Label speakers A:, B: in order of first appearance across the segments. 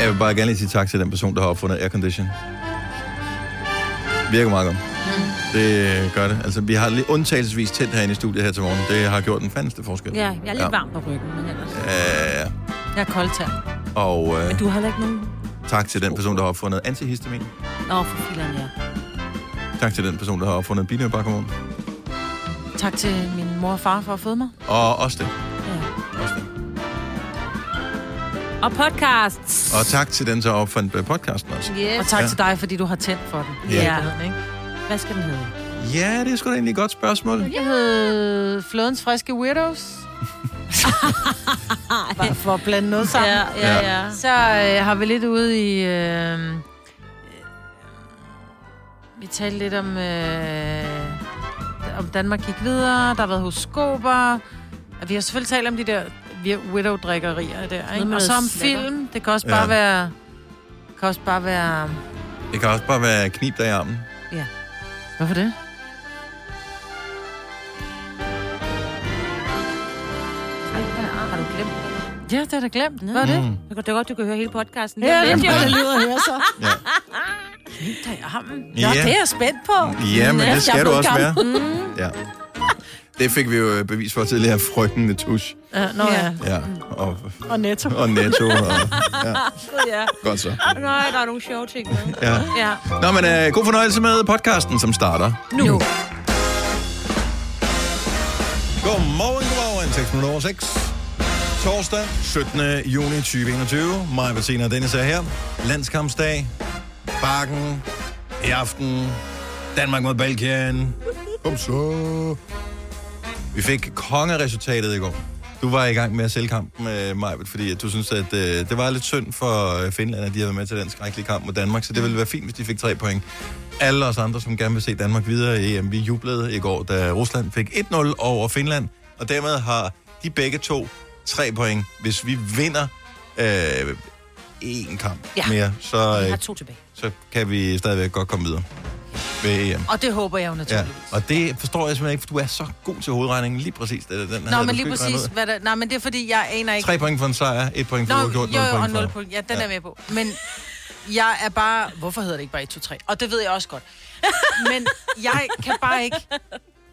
A: jeg vil bare gerne lige sige tak til den person, der har opfundet aircondition. Virker meget godt.
B: Mm.
A: Det gør det. Altså, vi har lidt undtagelsesvis tændt herinde i studiet her til morgen. Det har gjort den fandeste forskel.
B: Ja, jeg er lidt ja. varm på ryggen, men ellers.
A: Ja. Øh,
B: Jeg er koldt her.
A: og øh,
B: Men du har heller ikke nogen...
A: tak til den person, der har opfundet antihistamin.
B: Nå, for filan, ja.
A: Tak til den person, der har opfundet binøbakkermon.
B: Tak til min mor og far for at føde mig.
A: Og også det.
B: Ja.
A: Også det.
B: Og podcasts.
A: Og tak til den, der opfandt øh, podcasten også.
B: Yes. Og tak til dig, fordi du har tændt for den.
A: Ja.
B: Ja. Ikke? Hvad skal den hedde?
A: Ja, det er sgu da egentlig et godt spørgsmål.
B: Jeg hed Flådens Friske Weirdos. Bare for at blande noget sammen.
C: Ja, ja, ja.
B: Så øh, har vi lidt ude i... Øh, øh, vi talte lidt om, øh, om Danmark gik videre. Der har været horoskoper. Og Vi har selvfølgelig talt om de der vir- widow-drikkerier der,
C: Noget
B: ikke?
C: med
B: Og så om
C: slikker.
B: film. Det kan også
A: Ja.
B: bare være... kan også bare være...
A: Det kan også bare være knib dig i armen.
B: Hvorfor det?
C: Ah, Har du glemt det?
B: Ja, det har jeg da glemt. Hvad er det? Mm.
C: Det er godt, du kan høre hele podcasten.
B: Ja, det er
C: Jamen,
B: det, jeg lyder her så.
A: Ja.
B: Ja,
A: Ja.
B: det er jeg spændt på.
A: Ja, men
B: Ja,
A: det skal
B: jeg Mm. blev
A: du også være.
B: gammel.
A: Ja. Det fik vi jo øh, bevis for tidligere. Frygten med tusch.
B: Ja, nå ja.
A: Ja. Og,
B: Og netto.
A: og netto. Og, ja.
C: Ah, ja.
A: Godt så.
C: Nej, der er nogle sjove ting med.
A: Ja.
B: Ja.
A: Nå, men øh, god fornøjelse med podcasten, som starter.
B: Nu. nu.
A: Godmorgen, godmorgen. 6 minutter over 6. Torsdag, 17. juni 2021. Maja Bettina og Dennis er her. Landskampsdag. Bakken. I aften. Danmark mod Balkan. Kom så. Vi fik kongeresultatet i går. Du var i gang med at sælge kampen med Majbet, fordi at du synes, at øh, det var lidt synd for øh, Finland, at de havde været med til den skrækkelige kamp mod Danmark, så det ville være fint, hvis de fik tre point. Alle os andre, som gerne vil se Danmark videre i EM, vi jublede i går, da Rusland fik 1-0 over Finland, og dermed har de begge to tre point. Hvis vi vinder øh, én kamp
B: Ja.
A: mere, så,
C: Jeg
A: øh,
C: har to tilbage.
A: så kan vi stadigvæk godt komme videre ved EM.
B: Og det håber jeg jo
A: Ja,
B: naturligvis. Ja.
A: og det forstår jeg simpelthen ikke, for du er så god til hovedregningen. Lige præcis, det er den her.
B: Nå, men lige præcis, hvad der, nej, men det er fordi, jeg aner ikke...
A: 3 point for en sejr, 1 point
B: Nå,
A: for
B: jo,
A: uafgjort, 0
B: jo, og
A: point
B: 0
A: for...
B: point. Ja, den
A: Ja.
B: er jeg med på. Men jeg er bare... Hvorfor hedder det ikke bare 1, 2, 3? Og det ved jeg også godt. Men jeg kan bare ikke...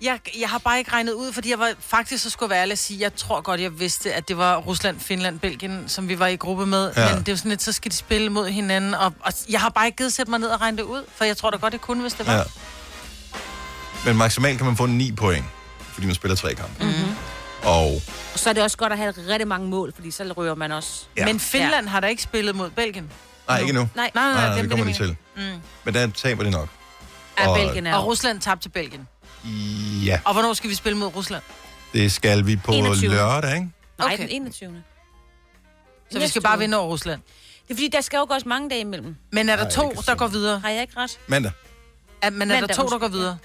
B: Jeg, jeg har bare ikke regnet ud, fordi jeg var faktisk så skulle jeg være ærlig og sige, jeg tror godt, jeg vidste, at det var Rusland, Finland, Belgien, som vi var i gruppe med.
A: Ja.
B: Ja. Men det er jo sådan lidt, så skal de spille mod hinanden. Og, og jeg har bare ikke givet sætte mig ned og regne det ud, for jeg tror da godt, jeg kunne, hvis det var.
A: Ja. Men maksimalt kan man få 9 point, fordi man spiller tre kampe. Mm-hmm.
B: Mhm.
A: Og
C: Og så er det også godt at have rigtig mange mål, fordi så rører man også.
A: Ja.
B: Ja. Men Finland ja. har da ikke spillet mod Belgien.
A: nej, ikke nu.
C: Nej,
B: Nej, nej,
A: nej,
B: nej,
A: nej det
B: dem
A: kommer
B: vil
A: de
B: jeg
A: til. Mm. Men der taber de nok.
C: er
A: Og-
C: Belgien er
B: Og Rusland tabte til Belgien.
A: Ja,
B: Og hvornår skal vi spille mod Rusland?
A: det skal vi på
C: 21.
A: lørdag, ikke?
C: Nej,
B: Okay.
C: den 21.
B: Så vi
C: Næste
B: skal bare
C: uge.
B: vinde over Rusland.
C: Det er fordi, der skal jo gå også mange dage imellem.
B: Men er der
A: Nej,
B: to,
A: ikke
B: der
A: så.
B: går videre?
C: Har jeg ikke ret?
A: Mandag.
B: Er, men er der
C: Mandag,
B: to, der
C: undskyld.
B: går videre?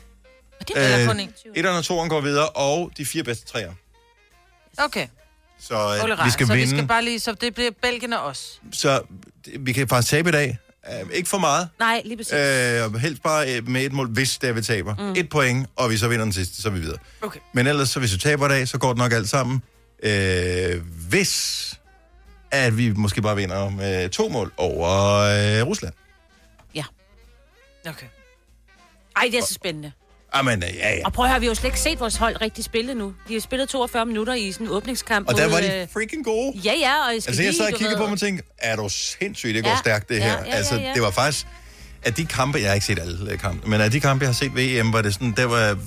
B: Og det er
A: Øh,
B: øh, kun en.
A: 1'eren og 2'eren går videre, og de fire bedste træer.
B: Okay,
A: Så øh,
B: Ole
A: vi skal
B: så
A: vinde.
B: vi skal bare lige, så det bliver Belgien og os.
A: Så det- vi kan faktisk tabe i dag. Øh, ikke for meget.
C: Nej, lige præcis.
A: Øh, og helst bare øh, med et mål, hvis det er, vi taber. Mm. Et point, og vi så vinder den sidste, så er vi videre.
B: Okay.
A: Men ellers, så hvis vi taber i dag, så går det nok alt sammen. Øh, hvis at vi måske bare vinder med to mål over øh, Rusland.
B: Okay.
C: Ej, det er så spændende.
A: Amen, øh, ja, ja.
C: Og prøv at høre, vi har jo slet ikke set vores hold rigtig spille nu. De har spillet 42 minutter i sådan en åbningskamp.
A: Og der
C: mod,
A: var
C: øh,
A: de freaking gode.
C: Ja, ja, og jeg skal
A: Altså, jeg
C: lige,
A: sad og
C: du
A: kiggede
C: ved-
A: på dem og tænkte, er du sindssygt, det går
C: Ja,
A: stærkt, det
C: ja,
A: her.
C: ja, ja,
A: altså,
C: ja.
A: det var faktisk... At de kampe, jeg har ikke set alle øh, kampe, men af de kampe, jeg har set ved EM, var det sådan, der var... Det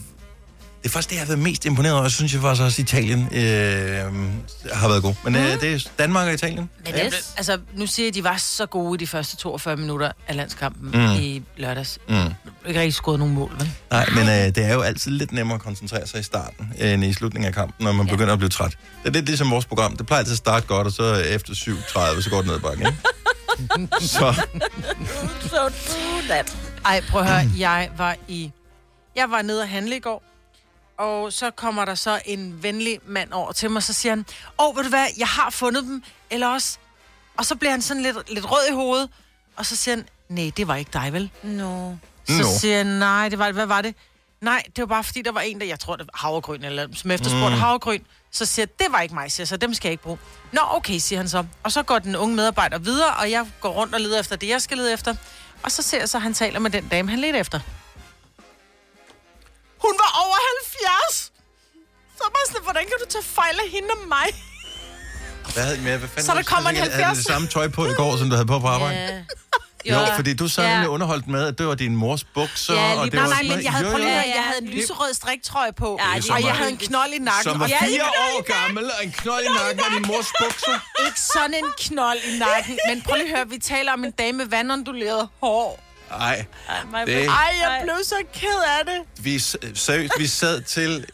A: er faktisk det, jeg har været mest imponeret over. Jeg synes jeg faktisk også, at Italien øh, har været god. Men
C: Mm.
A: øh, det er Danmark og Italien.
B: Men
C: Yes.
B: yes. blev, altså, nu siger jeg, at de var så gode i de første 42 minutter af landskampen mm. i lørdags. Mm. Ikke rigtig skåret nogen mål, vel?
A: Nej, men øh, det er jo altid lidt nemmere at koncentrere sig i starten, øh, end i slutningen af kampen, når man ja. begynder at blive træt. Det er lidt ligesom vores program. Det plejer altid at starte godt, og så øh, efter 7.30, så går det ned ad bakken, ikke? så,
C: So true that.
B: Ej, prøv at høre, jeg var i... Jeg var nede og handle i går, og så kommer der så en venlig mand over til mig, og så siger han, åh, oh, ved du hvad, jeg har fundet dem, eller også... Og så bliver han sådan lidt, lidt rød i hovedet, og så siger han, nej, det var ikke dig, vel?
C: No.
B: Så
A: Nå.
B: siger jeg, nej, det var, hvad var det? Nej, det var bare fordi, der var en, der, jeg tror, det var havregryn, eller, som efterspurgte mm. havregryn. Så siger jeg, det var ikke mig, siger jeg, så dem skal jeg ikke bruge. Nå, okay, siger han så. Og så går den unge medarbejder videre, og jeg går rundt og leder efter det, jeg skal lede efter. Og så ser jeg så, at han taler med den dame, han ledte efter. Hun var over 70! Så var jeg sådan, hvordan kan du tage fejl af hende og mig?
A: Hvad havde, men hvad fanden
B: Så der
A: var det,
B: kommer en
A: havde du det
B: 70'er.
A: samme tøj på i går, som du havde på på arbejde? Yeah.
C: Ja.
A: Jo, fordi du sad ja. underholdt med, at det var din mors bukser,
C: Ja, lige
A: og det
C: præcis.
A: var
B: Nej, men
A: sådan noget.
B: jeg havde,
A: Jo,
B: prøv lige at
A: jo.
B: høre, jeg havde en lyserød striktrøje på,
C: Ja,
A: det er
B: og jeg
A: meget-
B: havde en knold i nakken.
A: Som var
B: og jeg
A: fire år gammel, og en knold i nakken og din mors bukser.
B: ikke sådan en knold i nakken, men prøv lige at høre, vi taler om en dame med vandonduleret hår.
A: Nej,
C: Maja,
A: Det-
B: Ej, jeg blev så ked af det.
A: vi, s- seriøst, vi sad til...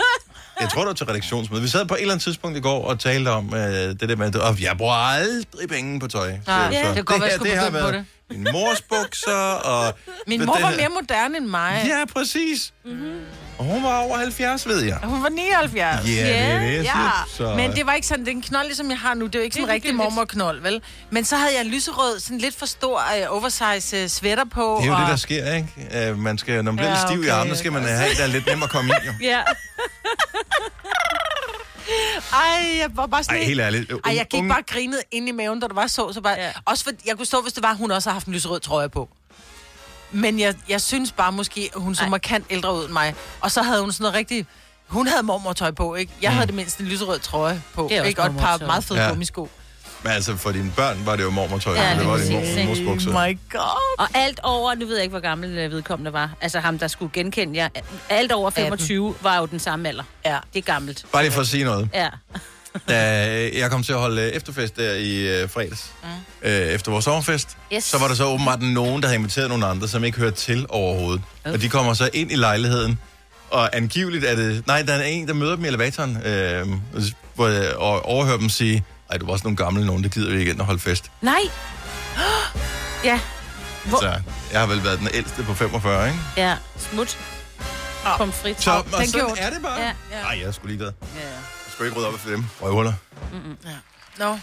A: Jeg tror, det var til redaktionsmøde. Vi sad på et eller andet tidspunkt i går og talte om øh, det der med, at jeg bruger aldrig penge på tøj. Så,
B: Nej, det kan godt være, jeg
A: her,
B: skulle
A: har
B: begynde på
A: været Min mors bukser, og...
B: Min
A: det-
B: mor
A: det
B: var
A: her-
B: mere moderne end mig.
A: Ja, præcis. Mm-hmm. Og hun var over 70, ved jeg.
B: Hun var 79.
A: Ja, yeah, det er det, jeg
B: Ja,
A: siger. så...
B: men det var ikke sådan, den knold, ligesom jeg har nu, det er jo ikke sådan en rigtig
C: ligegyldigt.
B: mormorknold, vel? Men så havde jeg en lyserød, sådan lidt for stor øh, oversize øh, sweater på.
A: Det er jo
B: og...
A: det, der sker, ikke? Øh, man skal, når man bliver
B: Ja,
A: lidt stiv i
B: okay.
A: armene, skal man have, der er lidt nemmere at komme ind, jo.
C: Ja.
B: Ej, jeg var bare sådan...
A: Ej, helt ærligt.
B: Ej, jeg gik
A: Unge-
B: bare og grinede ind i maven, da du var så, så bare... Ja.
C: Ja.
B: Også for, jeg kunne stå, hvis det var, hun også har haft en lyserød trøje på. Men jeg, jeg synes bare måske, at hun så
C: Ej.
B: markant ældre ud end mig. Og så havde hun sådan noget rigtig... Hun havde mormortøj på, ikke? Jeg mm. havde det mindst en lyserød trøje på,
C: Det er også
B: ikke? Og et par
C: mormortøj.
B: meget fede
A: Ja.
B: ja. gummisko.
A: Men altså, for dine børn var det jo mormortøj,
C: Ja,
A: ja, det
C: lige
A: var din
C: præcis,
A: mor, mors bukser.
B: Oh my god!
C: Og alt over, nu ved jeg ikke, hvor gammel øh, vedkommende var, altså ham, der skulle genkende jer, alt over 25 var jo den samme alder.
B: Ja.
C: Det er gammelt.
A: Bare lige for at sige noget.
C: Ja.
A: Da jeg kom til at holde øh, efterfest der i øh, fredags, øh, efter vores sommerfest,
C: Yes.
A: så var der så åbenbart nogen, der havde inviteret nogle andre, som ikke hørte til overhovedet.
C: Øv.
A: Og de kommer så ind i lejligheden, og angiveligt er det... Nej, der er en, der møder dem i elevatoren, øh, hvor, jeg- og overhører dem sige, ej, du var også nogle gamle nogen, det gider vi ikke ind og holde fest.
C: Nej! ja. Hvor?
A: Så Altså, jeg har vel været den ældste på 45, ikke?
C: Ja. Smut.
B: Ah.
C: Kom frit.
A: Så, og
B: den
A: sådan
B: gjorde-
A: er det bare.
C: Ja,
B: ja.
A: Nej, jeg er sgu ligeglad.
C: Ja.
A: Jeg skal ikke rydde op efter dem. Røvhuller.
B: Nå,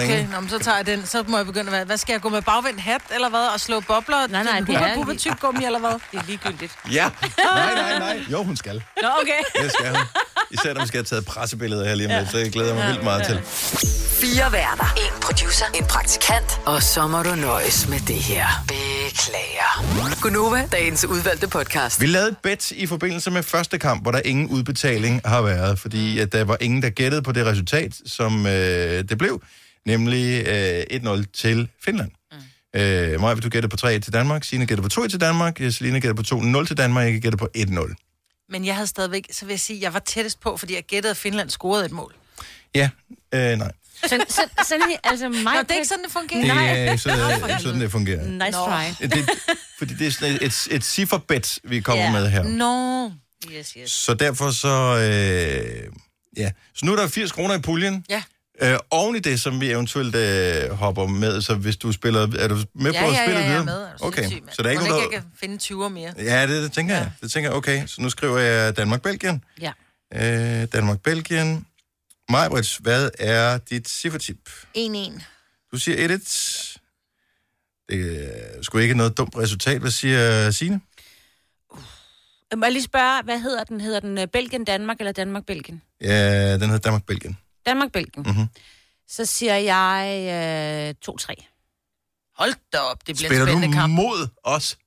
A: ringe.
B: okay, Nå, men så tager jeg den. Så må jeg begynde at være, hvad skal jeg gå med bagvendt hat, eller hvad? Og slå bobler?
C: Nej, nej, det
B: det
C: er-
B: er en tyggegummi, eller hvad?
C: Det er ligegyldigt.
A: Ja. Nej, nej, nej. Jo, hun skal.
C: Nå, okay.
A: Det skal hun. Især når vi skal have taget pressebilleder her lige om lidt, så jeg glæder mig vildt meget til.
D: Fire værter. En producer. En praktikant. Og så må du nøjes med det her. Beklager. Gunova, dagens udvalgte podcast.
A: Vi lavede et bet i forbindelse med første kamp, hvor der ingen udbetaling har været,
C: Mm.
A: fordi at der var ingen, der gættede på det resultat, som øh, det blev, nemlig øh, 1-0 til Finland. Mm. Øh, Maja, vil du gætte på 3 til Danmark, Signe gætter på 2-1 til Danmark, Selina gætter på 2-0 til Danmark, jeg kan gætte på 1-0.
B: Men jeg havde stadigvæk, så vil jeg sige, jeg var tættest på, fordi jeg gættede, at Finland scorede et mål.
A: Ja, øh, nej.
C: Så, så, sådan, her- altså mig...
B: Nå, det er ikke sådan, det fungerer.
A: Det er øh, sådan, sådan det fungerer.
C: Nice
B: Nå.
C: try.
A: Det, fordi det er sådan et, et, et cifferbet, vi kommer
C: Ja.
A: med her.
B: Mm. Nå.
C: Yes, yes.
A: Så derfor så... Øh, ja. Så nu er der 80 kroner i puljen.
B: Ja.
A: Øh, oven i det, som vi eventuelt øh, hopper med, så hvis du spiller... Er du med
B: Ja, ja,
A: på at
B: ja,
A: spille
B: ja, jeg er
A: videre?
B: med. Er du
A: okay,
B: sindssyg, mand?
A: så der er ikke
B: Mon
A: nogen,
B: jeg
A: der...
B: kan finde 20 mere.
A: Ja, det, det tænker jeg. Det tænker jeg, okay. Så nu skriver jeg Danmark-Belgien.
C: Ja.
A: Øh, Danmark-Belgien. Majbrits, hvad er dit ciffertip?
B: 1-1.
A: Du siger 1-1. Det er sgu ikke noget dumt resultat. Hvad siger Signe?
C: Må jeg lige spørge, hvad hedder den? Hedder den øh, Belgien, Danmark eller Danmark, Belgien?
A: Ja, den hedder Danmark-Belgien.
C: Danmark, Belgien.
A: Mhm.
C: Så siger jeg øh, 2-3.
B: Hold da op, det bliver
A: Spiller
B: en
A: du
B: spændende kamp.
A: mod os?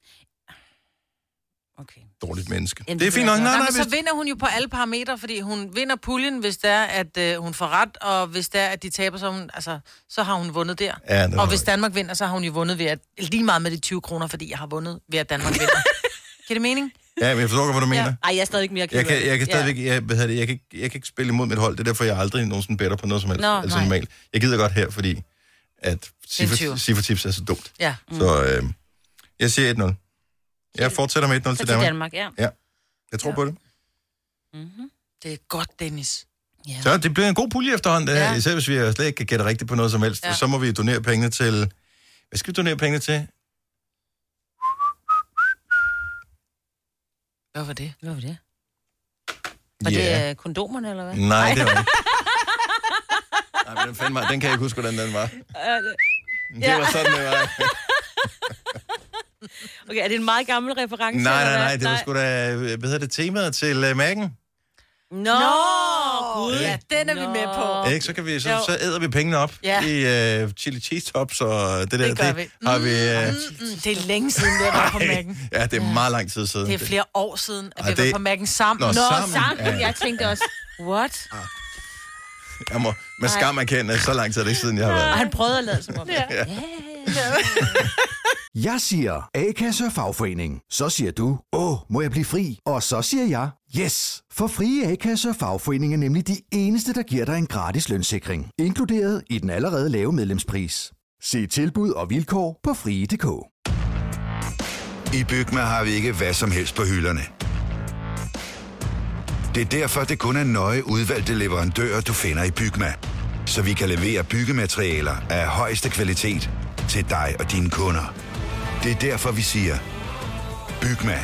C: Okay.
A: Dårligt menneske.
C: Jamen,
A: det er
C: det
A: fint
C: ved
A: nok.
C: jeg
A: Nej,
B: Nej,
A: nej,
B: men
A: hvis...
B: så vinder hun jo på alle parametre, fordi hun vinder puljen, hvis det er, at øh, hun får ret, og hvis det er, at de taber, så, er hun, altså, så har hun vundet der.
A: Ja, det
B: og
A: har
B: hvis
A: jeg.
B: Danmark vinder, så har hun jo vundet ved at... Lige meget med de 20 kroner, fordi jeg har vundet ved, at Danmark vinder. Giver det mening?
A: Ja, men jeg forstår godt, hvad du mener.
C: Ej, jeg er stadig ikke mere
A: Jeg kan, jeg kan
C: Ja.
A: stadigvæk, jeg, hvad hedder det, jeg, kan, ikke- jeg kan ikke spille imod mit hold, det er derfor, jeg aldrig nogensinde better på noget som helst.
C: Nå,
A: altså
C: nej.
A: normalt. Jeg gider godt her, fordi at
B: en tyver.
A: ciffer- ciffertips er så dumt.
B: Ja.
A: Mm. Så øh, jeg siger 1-0. Jeg fortsætter med 1-0
C: Så
A: til Danmark.
C: ja.
A: Jeg tror på det.
B: Det er godt, Dennis.
C: Ja.
A: Så det bliver en god pulje efterhånden, det her.
B: Ja.
A: Især hvis vi slet ikke kan gætte rigtigt på noget som helst.
B: Ja.
A: Så må vi donere pengene til... Hvad skal vi donere pengene til?
B: Hvad var det?
C: Hvad var det? Var
A: Ja.
C: det øh, kondomerne, eller hvad?
A: Nej, det var ikke. Nej, men den, fandme, var- den kan jeg ikke huske, hvordan den var. Det var sådan, det var.
C: Okay, er det en meget gammel reference?
A: Nej,
C: eller hvad?
A: nej, nej, det var sgu da, øh, hvad hedder det, temaet til uh, Mac'en?
B: Nå, Gud. Ja, den er vi med på.
A: Ikke, så kan vi, så,
B: Jo.
A: så æder vi pengene op
B: Ja.
A: i uh, chili cheese tops og det der.
B: Det gør vi.
A: Har vi uh,
B: Mm, det er længe siden, det var på Mac'en.
A: ja, det er meget lang tid siden.
B: Det er flere år siden, at
A: Ej,
B: vi var
A: det-
B: på Mac'en sammen.
A: Nå,
B: Nå,
A: sammen.
C: Sammen,
A: Ja.
C: jeg tænkte også, what?
A: Jeg må med skam erkende, at så lang tid er det ikke siden, jeg har været.
C: Og han prøvede at lade som om. Ja.
E: Jeg siger A-kasse og fagforening. Så siger du, åh, må jeg blive fri? Og så siger jeg, yes! For frie A-kasse og fagforening er nemlig de eneste, der giver dig en gratis lønssikring. Inkluderet i den allerede lave medlemspris. Se tilbud og vilkår på frie.dk.
F: I Bygma har vi ikke hvad som helst på hylderne. Det er derfor, det kun er nøje udvalgte leverandører, du finder i Bygma. Så vi kan levere byggematerialer af højeste kvalitet til dig og dine kunder. Det er derfor, vi siger, Bygma.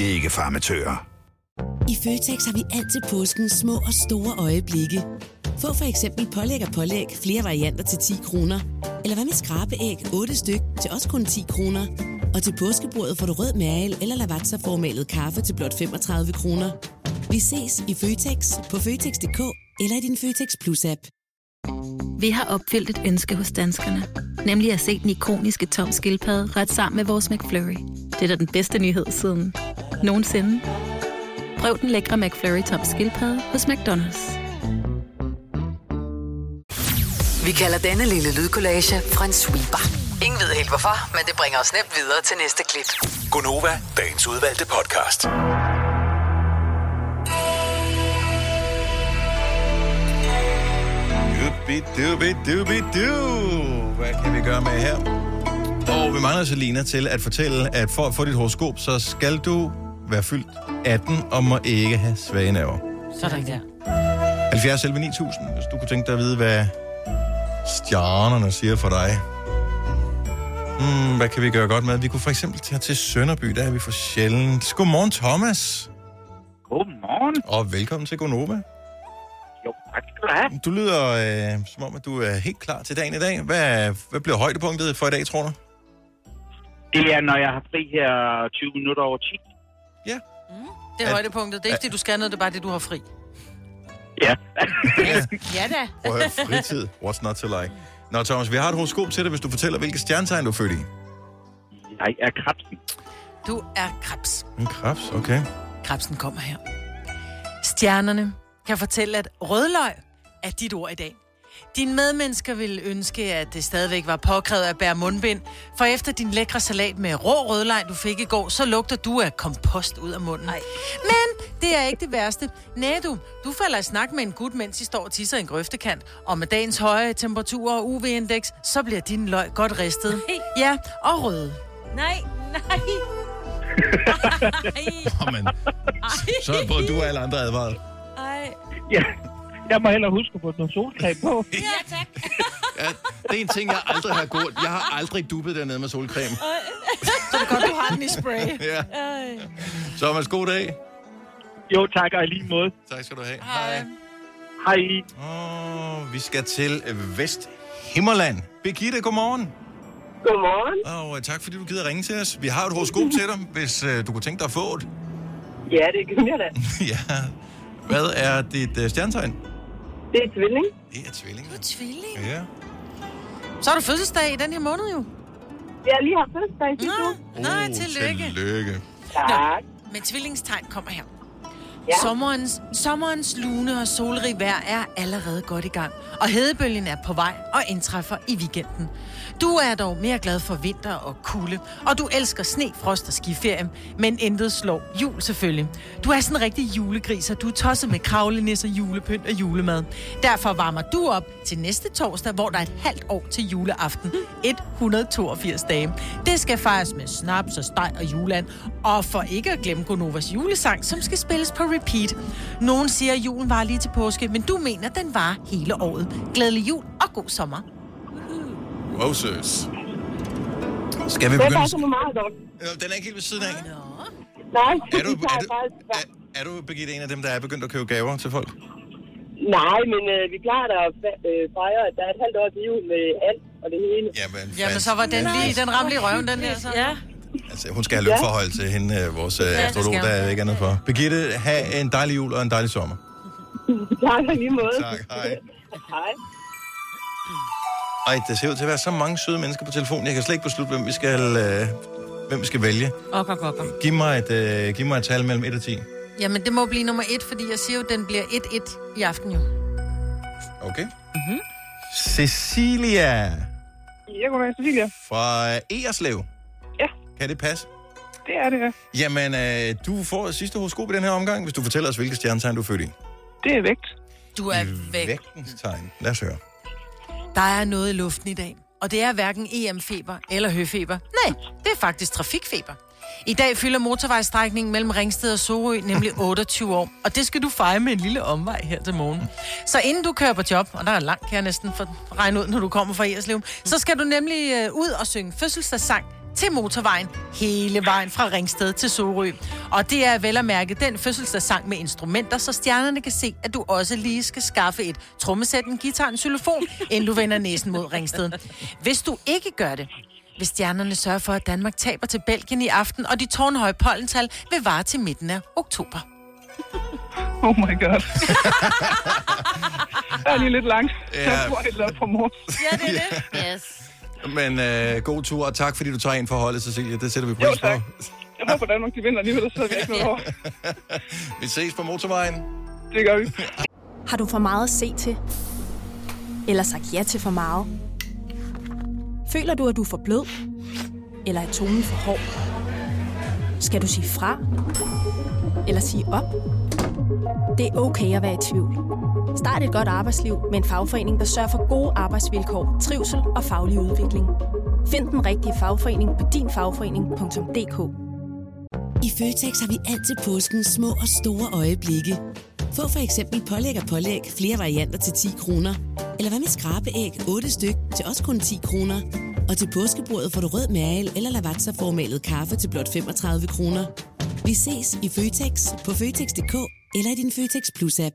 F: Ikke farmatører.
G: I Føtex har vi alt til påsken små og store øjeblikke. Få for eksempel pålæg og pålæg flere varianter til 10 kroner. Eller hvad med skrabeæg 8 styk til også kun 10 kroner. Og til påskebordet får du rød mal eller lavatserformalet kaffe til blot 35 kroner. Vi ses i Føtex på Føtex.dk eller i din Føtex Plus-app.
H: Vi har opfyldt et ønske hos danskerne. Nemlig at se den ikoniske tom skildpadde ret sammen med vores McFlurry. Det er da den bedste nyhed siden nogensinde. Prøv den lækre McFlurry tom skildpadde hos McDonald's.
D: Vi kalder denne lille lydkollage Frans sweeper. Ingen ved helt hvorfor, men det bringer os nemt videre til næste klip.
I: Gunova, dagens udvalgte podcast.
A: Dubi, dubi, dubi, du. Hvad kan vi gøre med her? Og vi mangler Selina til at fortælle, at for at få dit horoskop, så skal du være fyldt 18 og må ikke have svage nerver.
C: Så er der ikke der.
A: 70 selv 9000, hvis du kunne tænke dig at vide, hvad stjernerne siger for dig. Hmm, hvad kan vi gøre godt med? Vi kunne for eksempel tage til Sønderby, der er vi for sjældent. Godmorgen, Thomas,
J: Godmorgen.
A: og velkommen til Gonova.
J: Jo, tak skal du have.
A: Du lyder øh, som om, at du er helt klar til dagen i dag. Hvad, hvad bliver højdepunktet for i dag, tror du?
J: Det er, når jeg har fri her 20 minutter over 10.
B: det er højdepunktet. Det er ikke, fordi du skal noget, det er bare det, du har fri.
J: Ja.
B: Ja da.
A: Prøv at høre, fritid. What's not to like? Nå, Thomas, vi har et horoskop til dig, hvis du fortæller, hvilke stjernetegn du er født i.
J: Jeg er krebsen.
B: Du er krebs.
A: En krebs, okay.
B: Krebsen kommer her. Stjernerne kan fortælle, at rødløg er dit ord i dag. Dine medmennesker ville ønske, at det stadigvæk var påkrævet at bære mundbind, for efter din lækre salat med rå rødlej, du fik i går, så lugter du af kompost ud af munden. Ej. Men det er ikke det værste. Næ, du, du falder i snak med en gut, mens I står og tisser i en grøftekant, og med dagens høje temperaturer og UV-indeks, så bliver din løg godt ristet. Ja, og røde.
C: Nej, nej.
A: Jamen, så er både du og alle andre advaret.
C: Ej.
J: Ja. Jeg må hellere huske at få noget solcreme på.
C: Ja, tak.
A: Ja, det er en ting, jeg aldrig har gjort. Jeg har aldrig duppet dernede med solcreme.
B: Så er det godt, du har den i spray.
A: Ja. Thomas, god dag.
J: Jo, tak, og i lige måde.
A: Tak skal du have. Hej.
J: Hej.
A: Og vi skal til Vest Himmerland. Birgitte, godmorgen.
K: Godmorgen.
A: Og øh, tak, fordi du gider ringe til os. Vi har et horoskop til dig, hvis øh, du kunne tænke dig at få et.
K: Ja, det kan jeg da.
A: ja. Hvad er dit øh, stjernetegn?
K: Det er tvilling.
A: Det er tvilling.
B: Tvilling.
A: Ja.
B: Så har du fødselsdag i den her måned jo.
K: Jeg har lige haft fødselsdag i sidste
B: Nå,
K: uge.
B: nej, tillykke.
A: Tillykke.
K: Tak.
B: Men tvillingstegn kommer her.
K: Ja.
B: Sommerens, sommerens lune og solrig vejr er allerede godt i gang, og hedebølgen er på vej og indtræffer i weekenden. Du er dog mere glad for vinter og kulde, og du elsker sne, frost og skiferie, men intet slår jul selvfølgelig. Du er sådan en rigtig julegris, og du er tosset med kravlenisser, julepynt og julemad. Derfor varmer du op til næste torsdag, hvor der er et halvt år til juleaften. 182 dage. Det skal fejres med snaps og steg og juleand. Og for ikke at glemme Gonovas julesang, som skal spilles på repeat. Nogen siger, at julen var lige til påske, men du mener, at den var hele året. Glædelig jul og god sommer.
A: Roses. Skal vi
K: Det er
A: begynde?
K: faktisk meget godt.
A: Øh, Den er ikke helt ved siden af.
K: Nej,
A: Er
K: det
A: du, er,
K: er
A: du,
K: faktisk godt.
A: er, er du, Birgitte, en af dem, der er begyndt at købe gaver til folk?
K: Nej, men øh, vi plejer da at fe- øh, fejre, at der er et halvt år til jul med alt og det hele.
A: Jamen,
B: Jamen, så var den lige, den ramte lige røven, den der. Så.
C: Ja.
A: Altså, hun skal have lønforhold til hende, øh, vores øh,
L: Ja, det
A: astrolog,
L: skal
A: der
L: hun.
A: er ikke andet for. Birgitte, have en dejlig jul og en dejlig sommer.
K: tak og lige måde.
A: Tak, hej.
K: hej.
A: Ej, der ser ud til at være så mange søde mennesker på telefonen. Jeg kan slet ikke beslutte, hvem vi skal, øh, hvem vi skal vælge.
C: Op, op, op. op.
A: Giv mig et, øh, giv mig et tal mellem 1 og 10.
B: Jamen, det må blive nummer et, fordi jeg siger jo, den bliver 1-1 i aften jo.
A: Okay.
C: Mhm.
A: Mm-hmm. Cecilia
M: Ja, goddag, Cecilia.
A: fra Ejerslev.
M: Ja.
A: Kan det passe?
M: Det er det, ja.
A: Jamen, øh, du får sidste horoskop i den her omgang, hvis du fortæller os, hvilket stjernetegn du er født i.
M: Det er vægt.
B: Du er væk.
A: Vægtens tegn. Lad os høre.
B: Der er noget i luften i dag, og det er hverken EM-feber eller høfeber. Nej, det er faktisk trafikfeber. I dag fylder motorvejstrækningen mellem Ringsted og Sorø nemlig 28 år, og det skal du fejre med en lille omvej her til morgen. Så inden du kører på job, og der er langt, kan jeg næsten for regne ud, når du kommer fra Erslev, så skal du nemlig øh, ud og synge fødselsdagssang til motorvejen hele vejen fra Ringsted til Sorø. Og det er vel at mærke den fødselsdagssang med instrumenter, så stjernerne kan se, at du også lige skal skaffe et trommesæt, en guitar, en xylofon, inden du vender næsen mod Ringsted. Hvis du ikke gør det, vil stjernerne sørge for, at Danmark taber til Belgien i aften, og de tårnhøje pollental vil vare til midten af oktober.
M: Oh my god. Der er lige lidt langt.
A: Ja.
M: Jeg tror, det er lavet på mor.
C: Ja, det er det. Yes.
A: Men øh, god tur, og tak fordi du tager ind for holdet, Cecilia. Det sætter vi pris på.
M: Jeg håber, Danmark de vinder alligevel, så er vi ikke noget over.
A: Vi ses på motorvejen.
M: Det gør vi.
N: Har du for meget at se til? Eller sagt ja til for meget? Føler du, at du er for blød? Eller er tonen for hård? Skal du sige fra? Eller sige op? Det er okay at være i tvivl. Start et godt arbejdsliv med en fagforening, der sørger for gode arbejdsvilkår, trivsel og faglig udvikling. Find den rigtige fagforening på dinfagforening.dk
G: I Føtex har vi altid påskens små og store øjeblikke. Få for eksempel pålæg og pålæg flere varianter til 10 kroner. Eller hvad med skrabeæg 8 styk til også kun 10 kroner. Og til påskebordet får du rød mal eller lavatserformalet kaffe til blot 35 kroner. Vi ses i Føtex på Føtex.dk eller i din Føtex Plus-app.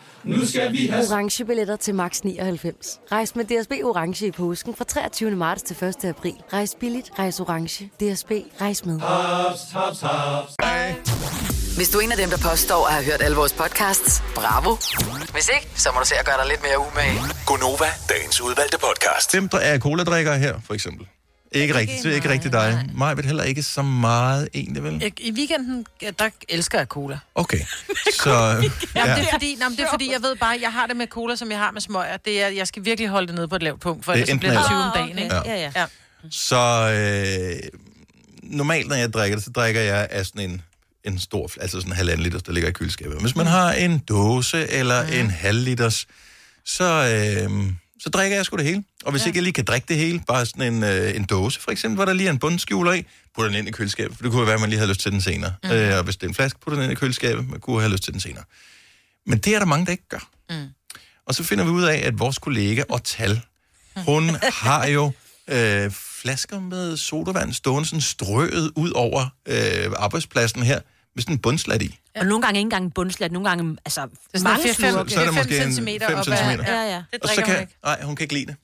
O: Nu skal vi have...
P: orange billetter til max 99. Rejs med DSB orange i påsken fra 23. marts til 1. april. Rejs billigt, rejs orange. DSB rejs med.
O: Ah, Haps, haps, haps.
D: Hvis du er en af dem, der påstår at have hørt alle vores podcasts, bravo. Hvis ikke, så må du se at gøre dig lidt mere umage.
I: Gonova, dagens udvalgte podcast.
A: Hvem der er coladrikker her, for eksempel? Ikke rigtigt, ikke rigtigt dig. Mig vil heller ikke så meget egentlig, vel?
B: Jeg- I weekenden, ja, der elsker jeg cola.
A: Okay, så...
B: Jamen, ja.
A: Ja.
B: det, er fordi, jamen, det er fordi, jeg ved bare, jeg har det med cola, som jeg har med smøger. Det er, jeg skal virkelig holde det nede på et lavt punkt, for
A: Det er
B: ellers så bliver det
A: enten eller.
B: 20 om dagen. Ikke?
A: Ah, okay.
B: ja. ja.
A: Så øh, normalt, når jeg drikker det, så drikker jeg af sådan en, en stor, fl- altså sådan en halvanden liters, der ligger i køleskabet. Hvis man har en dåse eller en halv liters, så, øh, så drikker jeg sgu det hele. Og hvis ja. ikke jeg lige kan drikke det hele, bare sådan en, øh, en dåse for eksempel, hvor der lige er en bundskjuler i, putter den ind i køleskabet, for det kunne jo være, at man lige havde lyst til den senere. Mm. Øh, og hvis det er en flaske, putter den ind i køleskabet, man kunne have lyst til den senere. Men det er der mange, der ikke gør.
B: Mm.
A: Og så finder vi ud af, at vores kollega Otal, hun har jo øh, flasker med sodavand stående sådan strøet ud over øh, arbejdspladsen her, med sådan en bundslat i.
C: Og nogle gange ikke engang en bundslat, nogle gange altså,
B: sådan
C: mange
B: fire- fem-
C: slurke.
A: Så er det måske en 5 cm.
C: Ja, ja.
A: Og så kan, Nej, hun kan ikke lide det.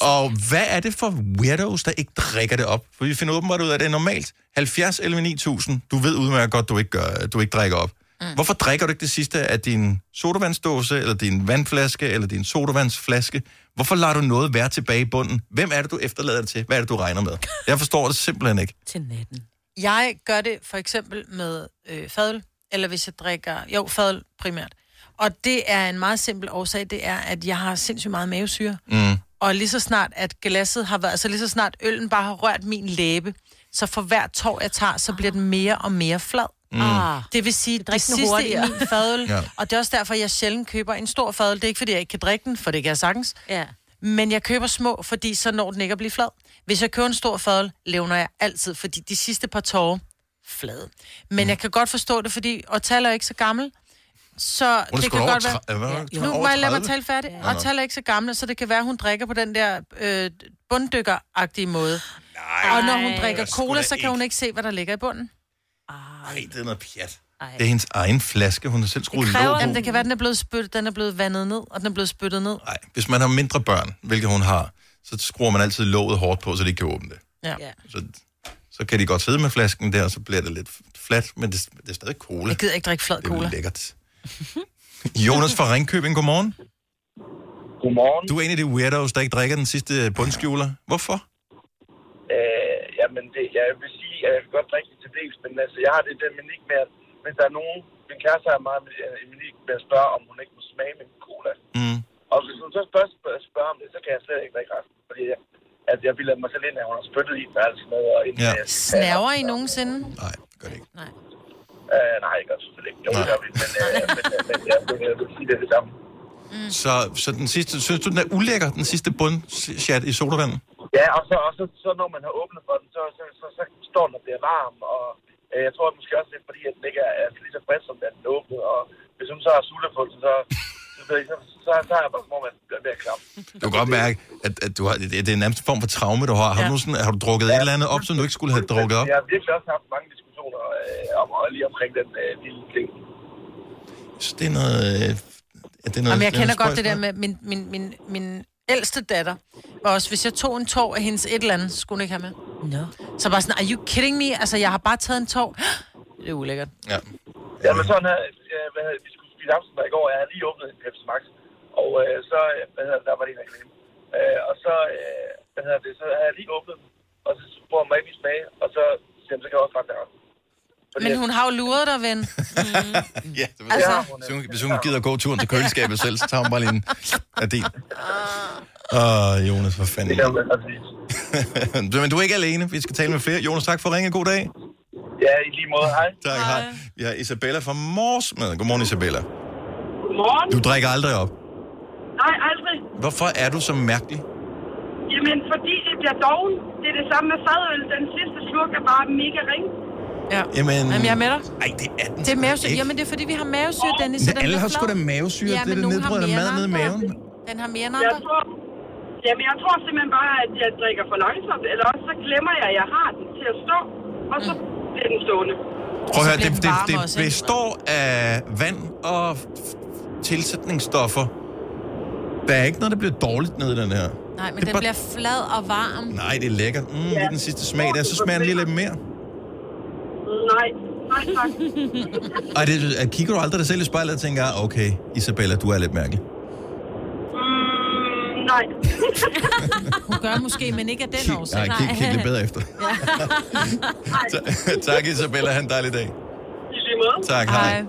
A: Og hvad er det for weirdos, der ikke drikker det op? For vi finder åbenbart ud af, at det er normalt 70 11 9000. Du ved udmærket godt, du ikke, gør, du ikke drikker op. Mm. Hvorfor drikker du ikke det sidste af din sodavandsdåse, eller din vandflaske, eller din sodavandsflaske? Hvorfor lader du noget være tilbage i bunden? Hvem er det, du efterlader det til? Hvad er det, du regner med? Jeg forstår det simpelthen ikke.
C: Til natten.
B: Jeg gør det for eksempel med øh, fadøl, eller hvis jeg drikker, jo, fadøl primært. Og det er en meget simpel årsag, det er, at jeg har sindssygt meget mavesyre.
A: Mm.
B: Og lige så snart, at glasset har været, altså lige så snart øllen bare har rørt min læbe, så for hver tår, jeg tager, så bliver den mere og mere flad.
C: Mm. Ah.
B: Det vil sige, det, det
C: drikker den
B: sidste hurtigere.
C: hurtigere.
B: i min fadøl,
C: Ja.
B: ja. og det er også derfor, jeg sjældent køber en stor fadøl. Det er ikke, fordi jeg ikke kan drikke den, for det kan jeg sagtens.
C: Ja.
B: Men jeg køber små, fordi så når den ikke at blive flad. Hvis jeg køber en stor fadøl, levner jeg altid, fordi de sidste par tårer, flade. Men mm. jeg kan godt forstå det, fordi Otal er ikke så gammel. Så
A: Hun er
B: det
A: sgu
B: kan
A: da
B: godt være...
A: over tre- hvad var det?
B: Ja,
A: Hun er
B: nu
A: over
B: må jeg lade mig
A: 30.
B: tale færdig.
A: Ja. Nå,
B: Og
A: nå.
B: tal er ikke så gammel, så det kan være, hun drikker på den der øh, bunddykker-agtige måde.
A: Nej.
B: og når
A: Det
B: hun
A: er
B: drikker
A: sgu da
B: cola, så kan
A: ikke.
B: hun ikke se, hvad der ligger i bunden.
A: Nej, det er noget pjat. Det er hendes egen flaske, hun har selv skruet låg
B: Kræver,
A: på.
B: jamen, det kan være, at den er blevet, spyt, den er blevet vandet ned, og den er blevet spyttet ned.
A: Nej. Hvis man har mindre børn, hvilket hun har, så skruer man altid låget hårdt på, så de ikke kan åbne det.
B: Ja.
A: Så, så kan de godt sidde med flasken der, og så bliver det lidt fladt, men det, det er stadig cola.
B: Jeg gider ikke drikke flad
A: Det er
B: cola.
A: jo lækkert. Jonas fra Ringkøbing, godmorgen. Godmorgen. Du er en af de weirdos, der ikke drikker den sidste bundskjuler. Hvorfor?
L: Øh, jamen, det, jeg vil sige, at jeg vil godt drikke det til dels, men altså, jeg har det der menik med, at hvis der er nogen, min kæreste har meget med- øh, en menik med at spørge, om hun ikke må smage min cola.
A: Mm.
L: Og hvis hun så spørger, spørger, spørger om det, så kan jeg slet ikke drikke resten, fordi jeg, altså, jeg bilder mig selv ind, at hun har spyttet i den og alt sådan noget. Og inden, ja. jeg,
B: Snæver I nogensinde? Nej.
L: øh, nej, jeg gør selvfølgelig ikke. Jo, det gør vi, men, øh, men, øh, men jeg, vil, jeg vil sige det er det samme.
A: Mm. Så, så den sidste, synes du, den er ulækker, den sidste bundshat i sodavanden?
L: Ja, og så, og så, så når man har åbnet for den, så, så, så, så står den og bliver varm, og øh, jeg tror måske også, det er fordi, at den ikke er, er lige så frisk, som da den åbnede, og hvis hun så har sultet på den, så, så, ved jeg ikke, så, så, så, er jeg bare, som om, at den bliver klam.
A: Du kan godt mærke, at, at du har, det, det er nærmest en form for traume, du har. Har, du, nu sådan, har du drukket et eller andet op, som du ikke skulle have drukket op?
L: Jeg har virkelig også haft mange diskussioner øh, om, og lige omkring den øh, lille ting.
A: Så det er noget... Øh, er det noget
B: Jamen, jeg
A: det er
B: kender
A: noget
B: godt det der
A: spøjs
B: med min, min, min, min ældste datter. Var også, hvis jeg tog en tår af hendes et eller andet, skulle hun ikke have med.
C: Nå.
B: Så bare sådan, are you kidding me? Altså, jeg har bare taget en tår. Det er ulækkert.
A: Ja.
L: Jamen sådan her, øh, hvad hedder, det, vi skulle spise aftensmad i går, og jeg havde lige åbnet en Pepsi Max, og øh, så, øh, hvad hedder, det, der var det en reklame. Øh, og så, øh, hvad hedder det, så havde jeg lige åbnet den, og så spurgte hun mig ikke min smag, og så siger hun, så kan jeg også drikke det resten.
B: Men hun har jo luret dig, ven. Mm.
A: Ja, det var
B: Altså.
A: altså. hvis, hun, hvis hun gider gå turen til køleskabet selv, så tager hun bare lige en af din.
B: Ah.
A: Åh, Jonas, hvor fanden. Men du er ikke alene. Vi skal tale med flere. Jonas, tak for at ringe. God dag.
L: Ja, i lige måde. Hej.
A: Tak, hej. Vi har Isabella fra Mors med. Godmorgen, Isabella.
Q: Godmorgen.
A: Du drikker aldrig op.
Q: Nej, aldrig.
A: Hvorfor er du så mærkelig?
Q: Jamen, fordi det bliver doven. Det er det samme med fadøl. Den sidste slurk er bare mega ring.
B: Ja.
A: Jamen,
B: Jamen, jeg er med dig.
A: Ej, det er den
B: Det er
A: sgu da
B: mavesyre.
A: ikke.
B: Jamen, det er fordi, vi har mavesyre, Dennis. så
A: Men
B: den
A: alle
B: bliver
A: har sgu
B: flad.
A: da mavesyre.
B: Ja,
A: Det er
B: men
A: det
B: nogen har
A: nedbrydende
B: mere
A: mad
B: end
A: nede i
B: andre.
A: maven.
B: Den har mere end
Q: Jeg
B: andre.
Q: tror, jamen, jeg tror simpelthen bare, at jeg drikker for langsomt. Eller også så glemmer jeg, at jeg har den til at stå. Og så bliver den stående.
A: Prøv at høre,
Q: bliver
A: det,
Q: den
A: det,
Q: varm
A: det
Q: også, ikke?
A: består af vand og f- f- tilsætningsstoffer. Der er ikke noget, der bliver dårligt nede i den her.
B: Nej, men
A: det er
B: den
A: bare-
B: bliver flad og varm.
A: Nej, det er lækkert. Mm, lige den sidste smag der, så smager den lige lidt mere.
Q: Nej, nej tak.
A: Ej, det, er- kigger du aldrig dig selv i spejlet og tænker, "Ah, okay, Isabella, du er lidt mærkelig.
Q: mm, nej.
B: Hun gør måske, men ikke af den
A: Kig,
B: årsag.
A: nej, kig, kig lidt bedre efter. tak, Isabella. Ha' en dejlig dag. Tak, hej.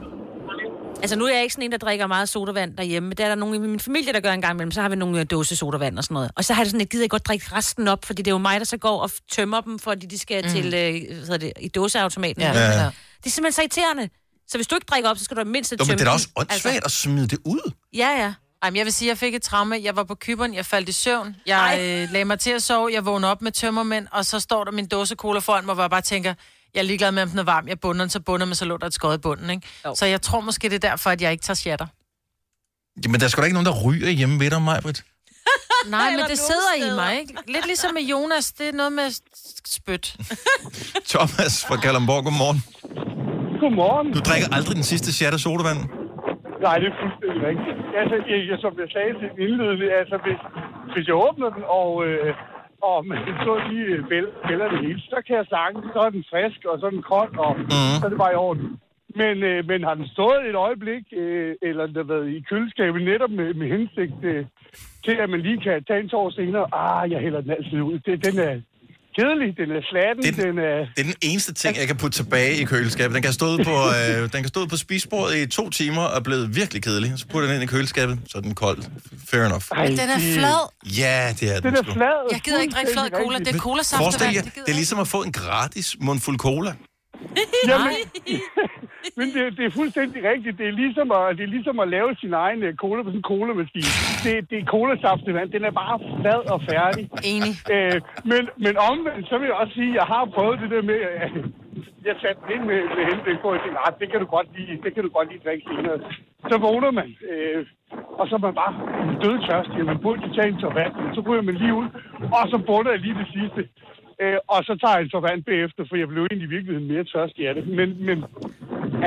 C: Altså, nu er jeg ikke sådan en, der drikker meget sodavand derhjemme. men Der er der nogen i min familie, der gør en gang imellem. Så har vi nogle øh, dåse sodavand og sådan noget. Og så har jeg det sådan, jeg gider ikke godt drikke resten op, fordi det er jo mig, der så går og f- tømmer dem, fordi de skal mm. til øh, hvad hedder det, i dåseautomaten.
A: Ja. Ja.
C: Det er simpelthen så irriterende. Så hvis du ikke drikker op, så skal du i det mindste
A: Nå,
C: tømme
A: men det er da også
C: den.
A: åndssvagt altså. at smide det ud.
C: Ja, ja.
B: Jamen, jeg vil sige, at jeg fik et traume. Jeg var på kyberen, jeg faldt i søvn. Jeg øh, lagde mig til at sove, jeg vågnede op med tømmermænd, og så står der min dåse cola foran mig, hvor jeg bare tænker, jeg er ligeglad med, om den er varm. Jeg bunder den, så bunder men så lå der et skod i bunden, ikke? Så jeg tror måske, det er derfor, at jeg ikke tager shatter.
A: Jamen, der er sgu da ikke nogen, der ryger hjemme ved dig,
B: Nej,
A: Majbrit.
B: men
C: Eller
B: det
C: nogle
B: sidder i
C: steder.
B: mig, ikke? Lidt ligesom med Jonas, det er noget med s- s- spyt.
A: Thomas fra Kalundborg, godmorgen.
R: Godmorgen.
A: Du drikker aldrig den sidste chat af sodavand.
R: Nej, det er fuldstændig rigtigt. Altså, jeg, jeg, som jeg sagde til den indledende, altså, hvis, hvis jeg åbner den, og, øh, og man så lige øh, bæl- bælger det hele, så kan jeg sagtens, så er den frisk, og så er den kold, og mm. så er det bare i orden. Men, øh, men har den stået et øjeblik, øh, eller den har været i køleskabet netop med, med hensigt øh, til, at man lige kan tage en tår senere, ah, jeg hælder den altid ud. Det, den er kedelig, den er slatten, den, den er...
A: Det er den eneste ting, jeg kan putte tilbage i køleskabet. Den kan stå på, øh, den kan stå på spisbordet i to timer og er blevet virkelig kedelig. Så putter den ind i køleskabet, så er den kold. Fair enough.
R: Ej, Men den er det- flad.
A: Ja, det er den.
R: Den er
A: sgu.
R: flad.
B: Jeg gider ikke drikke flad cola, det er colasaft.
A: Forestil jer, det er ligesom at få en gratis mundfuld cola.
R: Jamen, men det, det er fuldstændig rigtigt. Det er ligesom at, det er ligesom at lave sin egen øh, cola på sådan en colamaskine. Det, det er colasaftevand. Den er bare flad og færdig.
B: Enig.
R: Øh, men, men omvendt, så vil jeg også sige, at jeg har prøvet det der med, at jeg satte den ind med, med henblik på, at jeg tænkte, "Ah, det kan du godt lige, det kan du godt lige drikke senere. Så vågner man, øh, og så er man bare død tørst. Man burde lige tage en tår vand, men så ryger man lige ud, og så bunder jeg lige det sidste. Øh, og så tager jeg en tår vand bagefter, for jeg blev egentlig i virkeligheden mere tørst af det. Men, men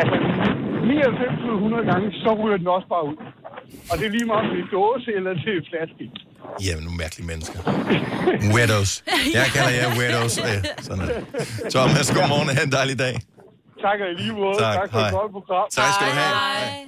R: altså, 99-100 gange, så ryger den også bare ud. Og det er lige meget om det er dåse eller det er flaske.
A: Jamen, nu mærkelige mennesker. Weirdos. Jeg kalder jer weirdos. Øh, sådan er det. Thomas, godmorgen. Ha' en dejlig dag.
R: Tak og i lige måde.
A: Tak,
R: Tak, tak for
A: hej.
R: et godt program.
A: Tak skal du have.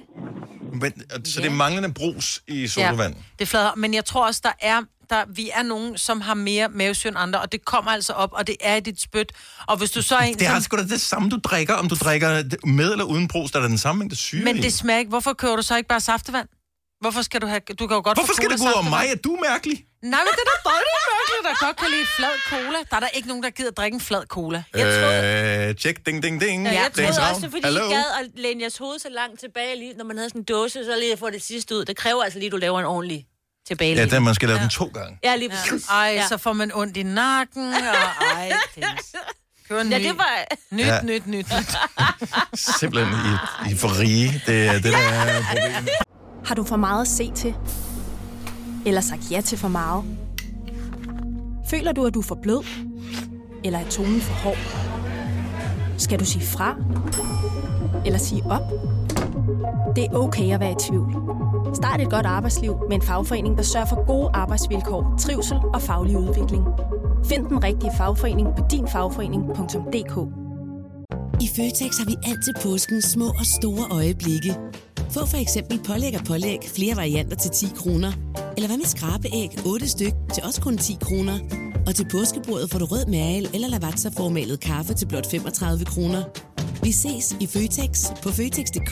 A: Men, øh, så det er manglende brus i sodavand. Ja.
B: Det flader, men jeg tror også, der er, der, vi er nogen, som har mere mavesyn end andre, og det kommer altså op, og det er i dit spyt. Og hvis du så er en,
A: Det er altså
B: som,
A: sgu da det samme, du drikker. Om du drikker med eller uden brus, der er da den samme mængde syre
B: men
A: i.
B: det smager ikke, hvorfor kører du så ikke bare saftevand? Hvorfor skal du have, du kan jo godt
A: Hvorfor
B: få
A: skal det gå ud over
B: cola-saftevand.
A: mig, at du er mærkelig?
B: Nej, men det er da både det mærkeligt, der godt kan lide flad cola. Der er der ikke nogen, der gider drikke en flad cola.
A: Øh, tjek, ding, ding, ding.
C: Ja, jeg
A: Dings
C: troede også,
A: Ravn.
C: det er, fordi
A: Hallo?
C: Hello? I gad at læne jeres hoved så langt tilbage, lige, når man havde sådan en dåse, så lige at få det sidste ud. Det kræver altså lige, at du laver en ordentlig tilbage.
A: Ja, den, man skal lave ja. den to gange.
C: Ja, lige præcis.
B: Ej, så får man ondt i nakken, og ej, Dennis. Køber en
C: Ja,
B: ny.
C: det var-
B: Nyt,
A: Ja.
B: ja. nyt, nyt, nyt.
A: Simpelthen, I, I er for rige. Det er det, der er problemet.
N: Har du for meget at se til? Eller sagt ja til for meget? Føler du, at du er for blød? Eller er tonen for hård? Skal du sige fra? Eller sige op? Det er okay at være i tvivl. Start et godt arbejdsliv med en fagforening, der sørger for gode arbejdsvilkår, trivsel og faglig udvikling. Find den rigtige fagforening på dinfagforening.dk
G: I Føtex har vi altid påsken små og store øjeblikke. Få for eksempel pålæg og pålæg flere varianter til 10 kroner. Eller hvad med skrabeæg 8 styk til også kun 10 kroner. Og til påskebordet får du rød mal eller lavatserformalet kaffe til blot 35 kroner. Vi ses i Føtex på Føtex.dk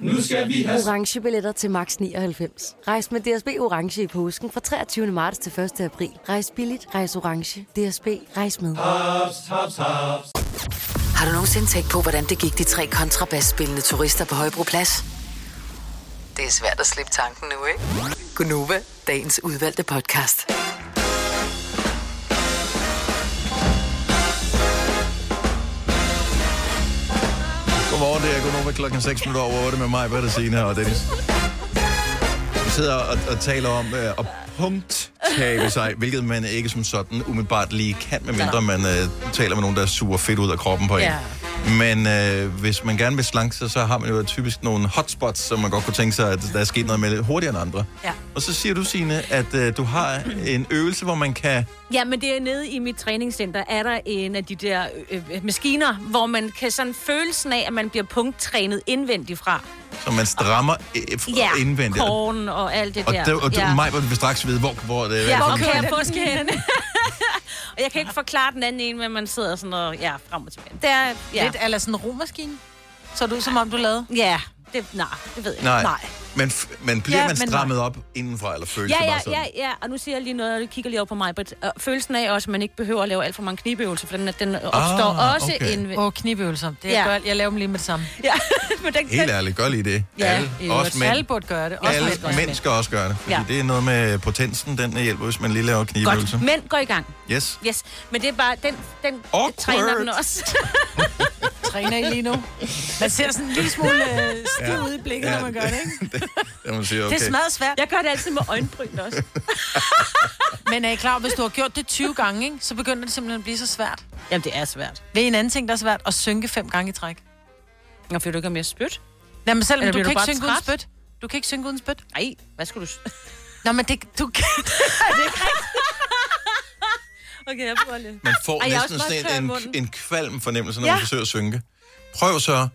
O: Nu skal vi have...
P: orange billetter til max 99. Rejs med DSB orange i påsken fra 23. marts til 1. april. Rejs billigt, rejs orange. DSB rejs med.
O: Ah. Haps, haps, haps.
D: Har du nogensinde tænkt på, hvordan det gik de tre kontrabasspillende turister på Højbroplads? Det er svært at slippe tanken nu, ikke? Gunova, dagens udvalgte podcast.
A: Godmorgen, det er Gunova klokken 6 minutter over 8 med mig, Britta Sina og Dennis. Vi sidder og, og taler om øh, at punkttabe sig, hvilket man ikke som sådan umiddelbart lige kan, medmindre man øh, taler med nogen, der suger fedt ud af kroppen på en.
S: Ja.
A: Men øh, hvis man gerne vil slanke sig, så har man jo typisk nogle hotspots, som man godt kunne tænke sig, at der er sket noget med lidt hurtigere end andre.
C: Ja.
A: Og så siger du, Signe, at øh, du har en øvelse, hvor man kan...
C: Ja, men det er nede i mit træningscenter, er der en af de der øh, øh, maskiner, hvor man kan sådan følelsen af, at man bliver punkttrænet indvendigt fra.
A: Så man strammer øh,
C: Ja,
A: indvendigt.
C: korn og alt det
A: Og,
C: der.
A: det, og du,
C: ja.
A: ja. mig vil straks vide, hvor, hvor øh, det
C: Ja, hvor
A: hvor-
C: kan jeg få skæren? og jeg kan ikke forklare den anden en, men man sidder sådan og, ja, frem og tilbage. Det er, ja.
B: Lidt
C: eller sådan en romaskine. Så du som om du lavede? Ja, det, nej, det ved jeg
A: Nej.
C: ikke.
A: nej. Men, f- men bliver
C: Ja,
A: man
C: men
A: strammet op indenfra, eller føles
C: Ja,
A: det
C: ja,
A: bare sådan?
C: ja, ja, og nu siger jeg lige noget, og du kigger lige over på mig, but, uh, følelsen af også, at man ikke behøver at lave alt for mange knibeøvelser, for den, den opstår
A: Ah,
C: også
A: okay.
C: indvendigt.
B: Åh, knibøvelser. Det er
C: Ja.
B: godt. Jeg laver dem lige med det samme.
C: Ja, men den,
A: Helt ærligt, gør lige det.
B: Ja,
A: alle,
B: i øvrigt.
A: også mænd.
B: Alle burde gøre det. Også
A: Alle
B: mænd.
A: mænd skal også gøre det, fordi
C: Ja.
A: ja. det er noget med potensen, den hjælper, hvis man lige laver knibeøvelser.
C: Godt, mænd går i gang.
A: Yes.
C: Yes, men det er bare, den, den
A: Awkward.
C: træner den også.
B: Træner I lige nu? Man ser sådan en lille smule øh, stiv
A: Ja.
B: ud i blikket,
A: Ja,
B: når man gør det, ikke?
A: Det, må man sige, okay.
B: svært.
C: Jeg gør det altid med øjenbryn også.
B: Men er I klar, over, hvis du har gjort det 20 gange, ikke, så begynder det simpelthen at blive så svært.
C: Jamen, det er svært.
B: Ved I en anden ting, der er svært? At synke fem gange i træk.
C: Nå, for du ikke har mere spyt?
B: Nej, men selvom
C: Eller
B: du, kan
C: bliver du
B: ikke
C: bare
B: synke uden
C: træt?
B: spyt. Du kan ikke synke uden spyt.
C: Nej, hvad skulle du...
B: Nå, men det, du kan...
C: okay, jeg prøver lige.
A: Man får
C: Ej,
A: Ej,
C: jeg er
A: næsten
C: også meget tør i
A: sådan en,
C: munden.
A: en, en kvalm fornemmelse, når ja.
C: Ja.
A: man forsøger at synke. Prøv så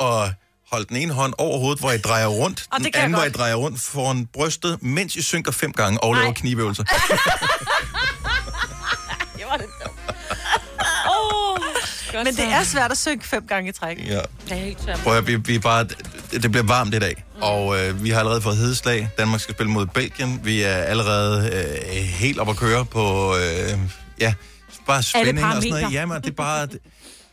A: at holde den ene hånd over hovedet, hvor I drejer rundt.
B: Og det
A: den
B: kan jeg
A: anden, hvor I
B: godt.
A: drejer rundt foran brystet, mens I synker fem gange og laver knibeøvelser.
C: Det var det dumt. Oh,
B: men det er svært at synke fem gange i træk.
A: Ja.
C: Jeg er helt tør.
A: Prøv at, vi, vi er bare det bliver varmt i dag,
C: Mm.
A: og øh, vi har allerede fået hedeslag. Danmark skal spille mod Belgien. Vi er allerede øh, helt op at køre på, øh, ja, bare spænding og sådan noget.
S: parametre.
A: Jamen, det er bare...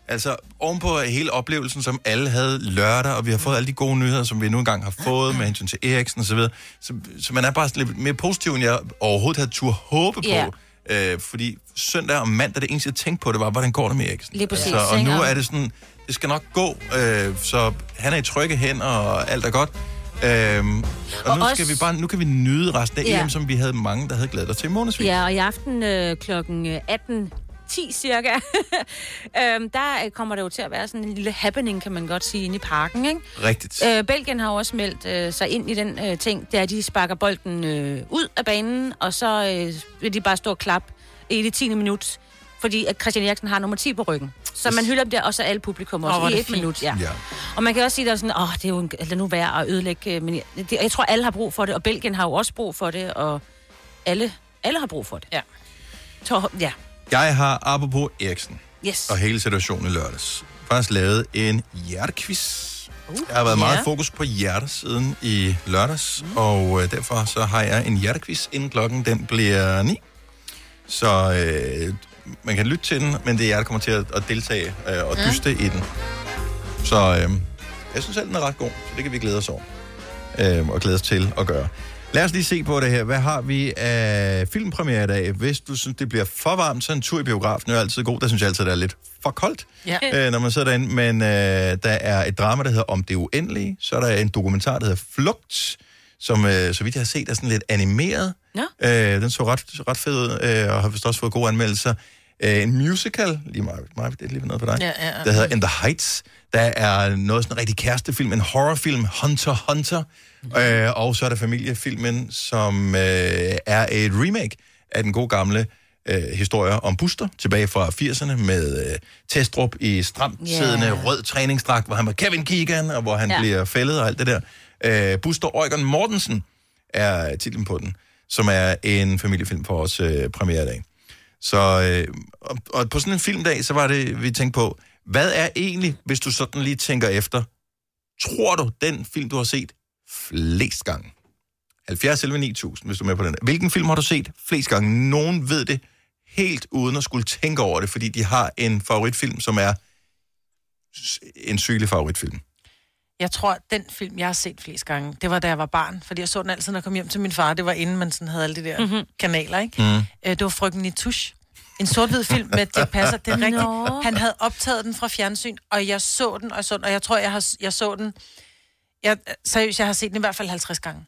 A: Altså, ovenpå hele oplevelsen, som alle havde lørdag, og vi har fået alle de gode nyheder, som vi nu engang har fået med hensyn til Eriksen osv., så, så man er bare sådan lidt mere positiv, end jeg overhovedet havde tur håbe på.
C: Ja.
A: Øh, fordi søndag og mandag, det eneste jeg tænkte på, det var, hvordan går det med Eriksen?
C: Lige præcis,
A: Altså, og
C: ikke?
A: nu er det sådan, det skal nok gå, øh, så han er i trygge hænder, og alt er godt. Øhm, og, og
C: Og
A: nu, skal
C: også-
A: vi bare, nu kan vi nyde resten af
C: Ja.
A: ja. EM, som vi havde mange, der havde glædet os til i månedsvis.
C: Ja, og i aften øh, klokken 18 10 cirka, øhm, der øh, kommer det jo til at være sådan en lille happening, kan man godt sige, inde i parken, ikke?
A: Rigtigt.
C: Øh, Belgien har jo også meldt øh, sig ind i den øh, ting, der de sparker bolden øh, ud af banen, og så øh, vil de bare stå og klap i det 10. minut, fordi at Christian Eriksen har nummer 10 på ryggen. Så man hylder dem der, og så alle publikum også
B: Åh, hvor
C: oh,
B: er
C: i
B: det
C: et
B: fint.
C: minut. Ja.
B: Ja.
C: ja. Og man kan også sige, at der er sådan, åh, det er jo en, lad nu være at ødelægge, øh, men jeg, det, jeg tror, alle har brug for det, og Belgien har jo også brug for det, og alle, alle har brug for det.
B: Ja.
C: Tror, ja.
A: Jeg har, apropos Eriksen,
C: Yes.
A: og hele situationen i lørdags, faktisk lavet en hjertequiz. Uh, der har været
C: ja.
A: meget fokus på hjertet siden i lørdags, mm. og øh, derfor så har jeg en hjertequiz, inden klokken den bliver 9. Så øh, man kan lytte til den, men det er jer, der kommer til at, at deltage øh, og
S: Mm.
A: dyste i den. Så øh, jeg synes selv, den er ret god, så det kan vi glæde os over øh, og glæde os til at gøre. Lad os lige se på det her. Hvad har vi af filmpremiere i dag? Hvis du synes, det bliver for varmt, så en tur i biografen er jo altid god. Der synes jeg altid, det er lidt for koldt,
S: Ja.
A: øh, når man sidder derinde. Men øh, der er et drama, der hedder Om det uendelige. Så er der en dokumentar, der hedder Flugt, som, øh, så vidt jeg har set, er sådan lidt animeret.
C: Nå.
A: Øh, den så ret, ret fed ud, øh, og har vist også fået gode anmeldelser. Øh, en musical, lige meget, meget det er lige noget for dig,
S: Ja, ja, ja.
A: der hedder In the Heights. Der er noget sådan en rigtig kærestefilm, en horrorfilm, Hunter x Hunter. Øh, og så er der familiefilmen, som øh, er et remake af den gode gamle øh, historie om Buster, tilbage fra 80'erne, med øh, Testrup i stramt
S: Ja.
A: siddende rød træningsdragt, hvor han var Kevin Keegan, og hvor han
S: Ja.
A: ja. bliver fældet og alt det der. Øh, Buster Eugen Mortensen er titlen på den, som er en familiefilm for os øh, premieredag. Så, øh, og, og på sådan en filmdag, så var det, vi tænkte på, hvad er egentlig, hvis du sådan lige tænker efter, tror du, den film, du har set flest gange? 70 11 9000, hvis du er med på den. Hvilken film har du set flest gange? Nogen ved det helt uden at skulle tænke over det, fordi de har en favoritfilm, som er s- en sygelig favoritfilm.
B: Jeg tror, at den film, jeg har set flest gange, det var, da jeg var barn. Fordi jeg så den altid, når jeg kom hjem til min far. Det var inden man sådan havde alle de der
C: Mhm.
B: mm-hmm. kanaler, ikke?
S: Mm.
B: Øh, det var Frygten i Tusch. En sort-hvid film med Dirk Passer. Det er
S: Nå.
B: rigtigt. Han havde optaget den fra fjernsyn, og jeg så den, og jeg, så den, og jeg tror, jeg, har, jeg så den... Jeg, seriøst, jeg har set den i hvert fald 50 gange.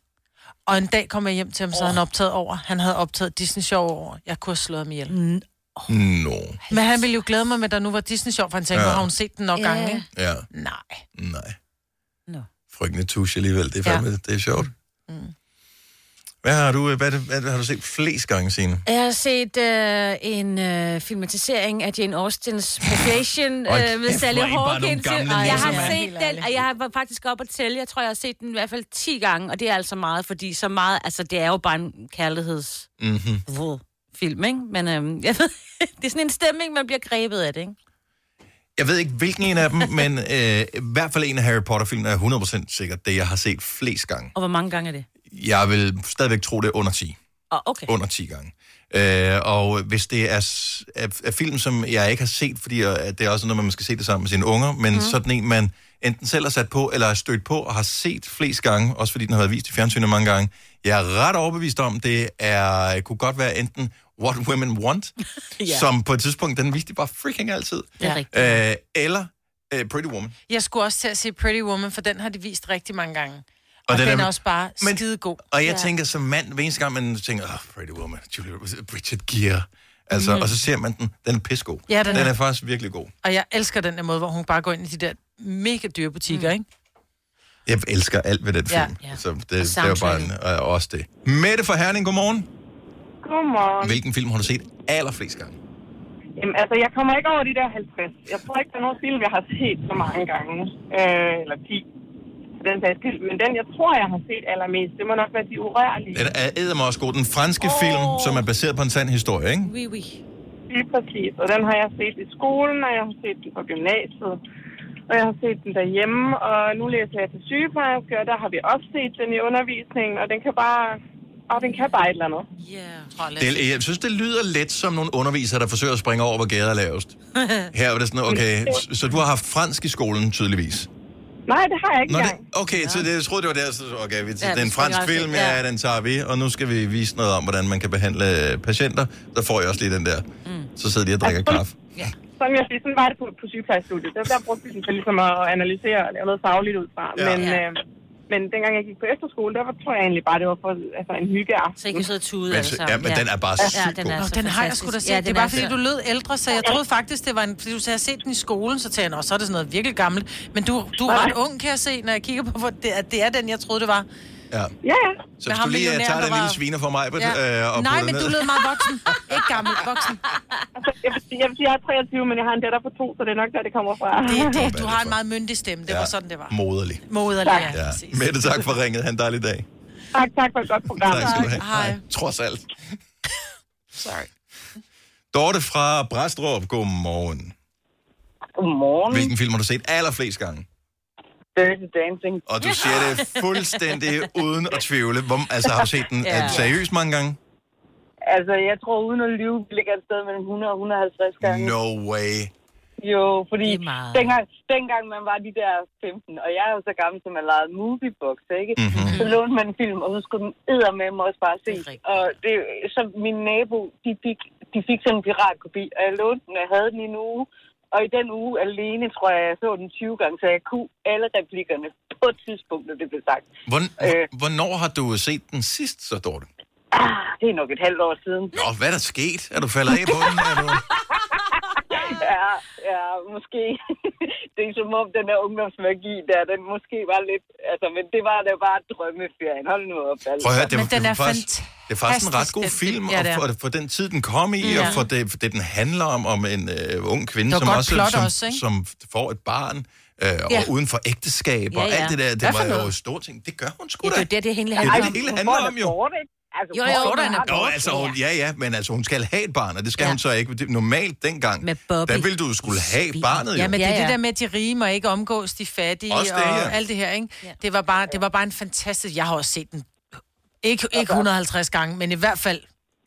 B: Og en dag kom jeg hjem til ham, så havde han optaget over. Han havde optaget Disney Sjov over. Jeg kunne have slået ham ihjel. Mm.
A: Oh. No.
B: Men han ville jo glæde mig med, at der nu var Disney Sjov, for han tænkte,
A: Ja.
B: ja. har hun set den nok
A: Ja.
B: yeah. gange, ikke?
A: Ja.
B: Nej.
A: Nej.
C: Nå.
A: Frygtende tusche alligevel. Det er
B: Ja.
A: fandme, ja. det er sjovt. Mm. Hvad har du, øh, hvad, hvad, hvad har du set flest gange, Signe?
C: Jeg har set øh, en øh, filmatisering af Jane Austens Profession
A: Hold
C: øh, med
A: kæft, hvor er I
C: Sally
A: bare nogle
C: Hawkins.
A: gamle
C: Og Jeg
A: nisser,
C: har
A: mand.
C: set den, og jeg var faktisk op at tælle. Jeg tror, jeg har set den i hvert fald 10 gange, og det er altså meget, fordi så meget, altså det er jo bare en kærligheds
A: Mm-hmm.
C: film, ikke? Men øhm, jeg ved, det er sådan en stemning, man bliver grebet af det, ikke?
A: Jeg ved ikke, hvilken en af dem, men øh, i hvert fald en af Harry Potter-filmene er 100% sikkert det, jeg har set flest gange.
C: Og hvor mange gange er det?
A: Jeg vil stadigvæk tro, det er under 10.
C: Oh, okay.
A: Under 10 gange. Øh, og hvis det er, s- er, er film, som jeg ikke har set, fordi øh, at det er også noget, man skal se det sammen med sine unger, men
S: Mhm.
A: mm. sådan en, man enten selv har sat på, eller er stødt på, og har set flest gange, også fordi den har været vist i fjernsynet mange gange. Jeg er ret overbevist om, det er, kunne godt være enten What Women Want,
B: Ja.
A: ja. som på et tidspunkt, den viste de bare freaking altid.
B: Det er
A: Øh, eller øh, Pretty Woman.
B: Jeg skulle også til at se Pretty Woman, for den har de vist rigtig mange gange. Og,
A: Og
B: og
A: den
B: den,
A: er-
B: er også bare men, skide god.
A: Og jeg ja. tænker som mand, hver eneste gang man tænker, oh, Pretty Woman, Julia, Richard Gere, altså,
B: Mhm.
A: mm. og så ser man den, den er pissegod.
B: Ja, den
A: den
B: er.
A: er faktisk virkelig god.
B: Og jeg elsker den der måde, hvor hun bare går ind i de der mega dyre butikker, mm. ikke?
A: Jeg elsker alt ved den
B: Ja.
A: film.
B: Ja.
A: Ja. Så det,
B: Og
A: det er jo bare en, øh, også det. Mette fra Herning, godmorgen.
T: Godmorgen.
A: Hvilken film har du set allerflest gange?
T: Jamen, altså, jeg kommer ikke over de der 50. Jeg tror ikke, der er nogen film, jeg har set så mange gange. Øh, eller 10. For den sags skyld. Men den, jeg tror, jeg har set allermest, det må nok være De Urørlige.
A: Den er eddermame også god. Den franske oh. film, som er baseret på en sand historie, ikke?
C: Oui, oui.
T: Lige præcis. Og den har jeg set i skolen, og jeg har set den på gymnasiet. og jeg har set den derhjemme, og nu læser jeg til sygeplejerske, og der har vi også set den i undervisningen, og den kan bare, og den kan bare et eller andet.
A: Det, jeg synes, det lyder lidt som nogle undervisere, der forsøger at springe over, hvor gader er lavest. Her er det sådan, okay, s- så du har haft fransk i skolen, tydeligvis.
T: Nej, det har jeg ikke
A: Nå, det,
T: engang.
A: okay, så det, jeg troede, det var der, så okay, vi,
T: Ja,
A: ja, det er en
T: det
A: fransk
T: skulle jeg
A: film,
T: også se,
A: ja, den tager vi, og nu skal vi vise noget om, hvordan man kan behandle øh, patienter. Der får jeg også lige den der. Mm. Så sidder de og drikker kaffe.
T: Som jeg siger, sådan var det på, på sygeplejestudiet. Der, der brugte vi den til ligesom at analysere og lave noget fagligt ud fra.
A: Ja.
T: Men,
A: Ja.
T: øh, men dengang jeg gik på efterskole, der var, tror jeg egentlig bare, det var for altså, en hyggeaften.
C: Så I kan sidde og tude
A: Men alle så- sammen. ja, men Ja. den er bare Ja, sygt den er god.
B: Nå,
A: så
B: den har jeg
C: fantastisk.
B: sgu da set.
C: Ja,
B: Ja, det er
C: den
B: bare
C: er
B: fordi,
C: så-
B: du lød ældre, så jeg troede faktisk, det var en... Fordi du sagde, jeg har set den i skolen, så tænkte jeg, "Nå, så er det sådan noget virkelig gammelt. Men du, du er
A: Nej.
B: ret ung, kan jeg se, når jeg kigger på, hvor det, at det er den, jeg troede, det var.
A: Ja.
T: Ja, ja.
A: Så hvis du lige øh, tager den lille sviner for mig, ja. øh, og
B: Nej,
A: putter
B: men
A: ned.
B: du lød meget voksen. Ikke gammel, voksen.
T: Altså, jeg, vil sige, jeg vil sige, jeg er 23, men jeg har en datter på to, så det er nok der, det kommer fra.
B: Det, er det, du har en meget myndig stemme. Det var sådan, det var.
A: Moderlig.
B: Moderlig, ja.
A: Ja. Mette, tak for ringet. Han en dejlig dag.
T: Tak, tak for et godt program.
A: Tak skal du have. Hej. Trods alt.
B: Sorry.
A: Dorte fra Brastrup, godmorgen.
S: Godmorgen.
A: Hvilken film har du set allerflest gange?
S: Dirty Dancing.
A: Og du siger det fuldstændig uden at tvivle. Hvor, altså, har du set den
S: Ja.
A: ja. seriøst mange gange?
S: Altså, jeg tror, uden at lyve, vi ligger et sted mellem 100 og 150 gange.
A: No way.
S: Jo, fordi dengang, dengang man var de der 15, og jeg er jo så gammel, som man lejede moviebox, ikke?
A: Mhm.
S: Mm-hmm. Så lånte man en film, og så skulle den eddermame også bare se. Og det, så min nabo, de fik, de fik sådan en piratkopi, og jeg lånte den, og jeg havde den i en uge. Og i den uge alene, tror jeg, jeg så den 20 gange, så jeg kunne alle replikkerne på et tidspunkt, når det blev sagt.
A: Hvorn, øh. Hvornår har du set den sidst, så Dorte?
S: Ah, det er nok et halvt år siden.
A: Nå, hvad er der sket? Er du faldet af på den? Er du...
S: Ja, ja, måske. det er som om den der ungdomsmagi der, den måske var lidt... Altså, men det var da bare drømmeferien. Hold nu op. Altså.
A: Prøv at høre, det, var, det, var faktisk, det er faktisk en ret god film,
S: Ja,
A: ja,
S: det er.
A: og for, for den tid, den kom i,
S: Mm.
A: ja.
S: Ja.
A: og for det, for det, den handler om, om en øh, ung kvinde, som
S: Det var godt
A: også,
S: plot
A: som,
S: også, ikke?
A: som får et barn, øh, og
C: Ja.
A: uden for ægteskab, og
C: Ja, ja.
A: alt det der, det
C: Hvad for
A: var jo
C: noget?
A: store ting. Det gør hun sgu
C: Ja,
A: da.
C: det er jo det, det hele
A: Det er
C: handler om.
A: det, det hele handler om, jo.
S: Altså,
C: jo, jo, jo,
A: Nå, altså, hun, ja, ja, men altså, hun skal have et barn, og det skal
B: Ja.
A: ja. hun så ikke. Det- Normalt dengang,
B: Med Bobby.
A: der ville du skulle have barnet, jo.
B: Ja, men det er
A: ja,
B: det der med, at de rige må ikke omgås de fattige
A: Også det,
B: og
A: ja.
B: alt det her, ikke? Det var, bare, det var bare en fantastisk... Jeg har også set den. Ikke, ikke 150 gange, men i hvert fald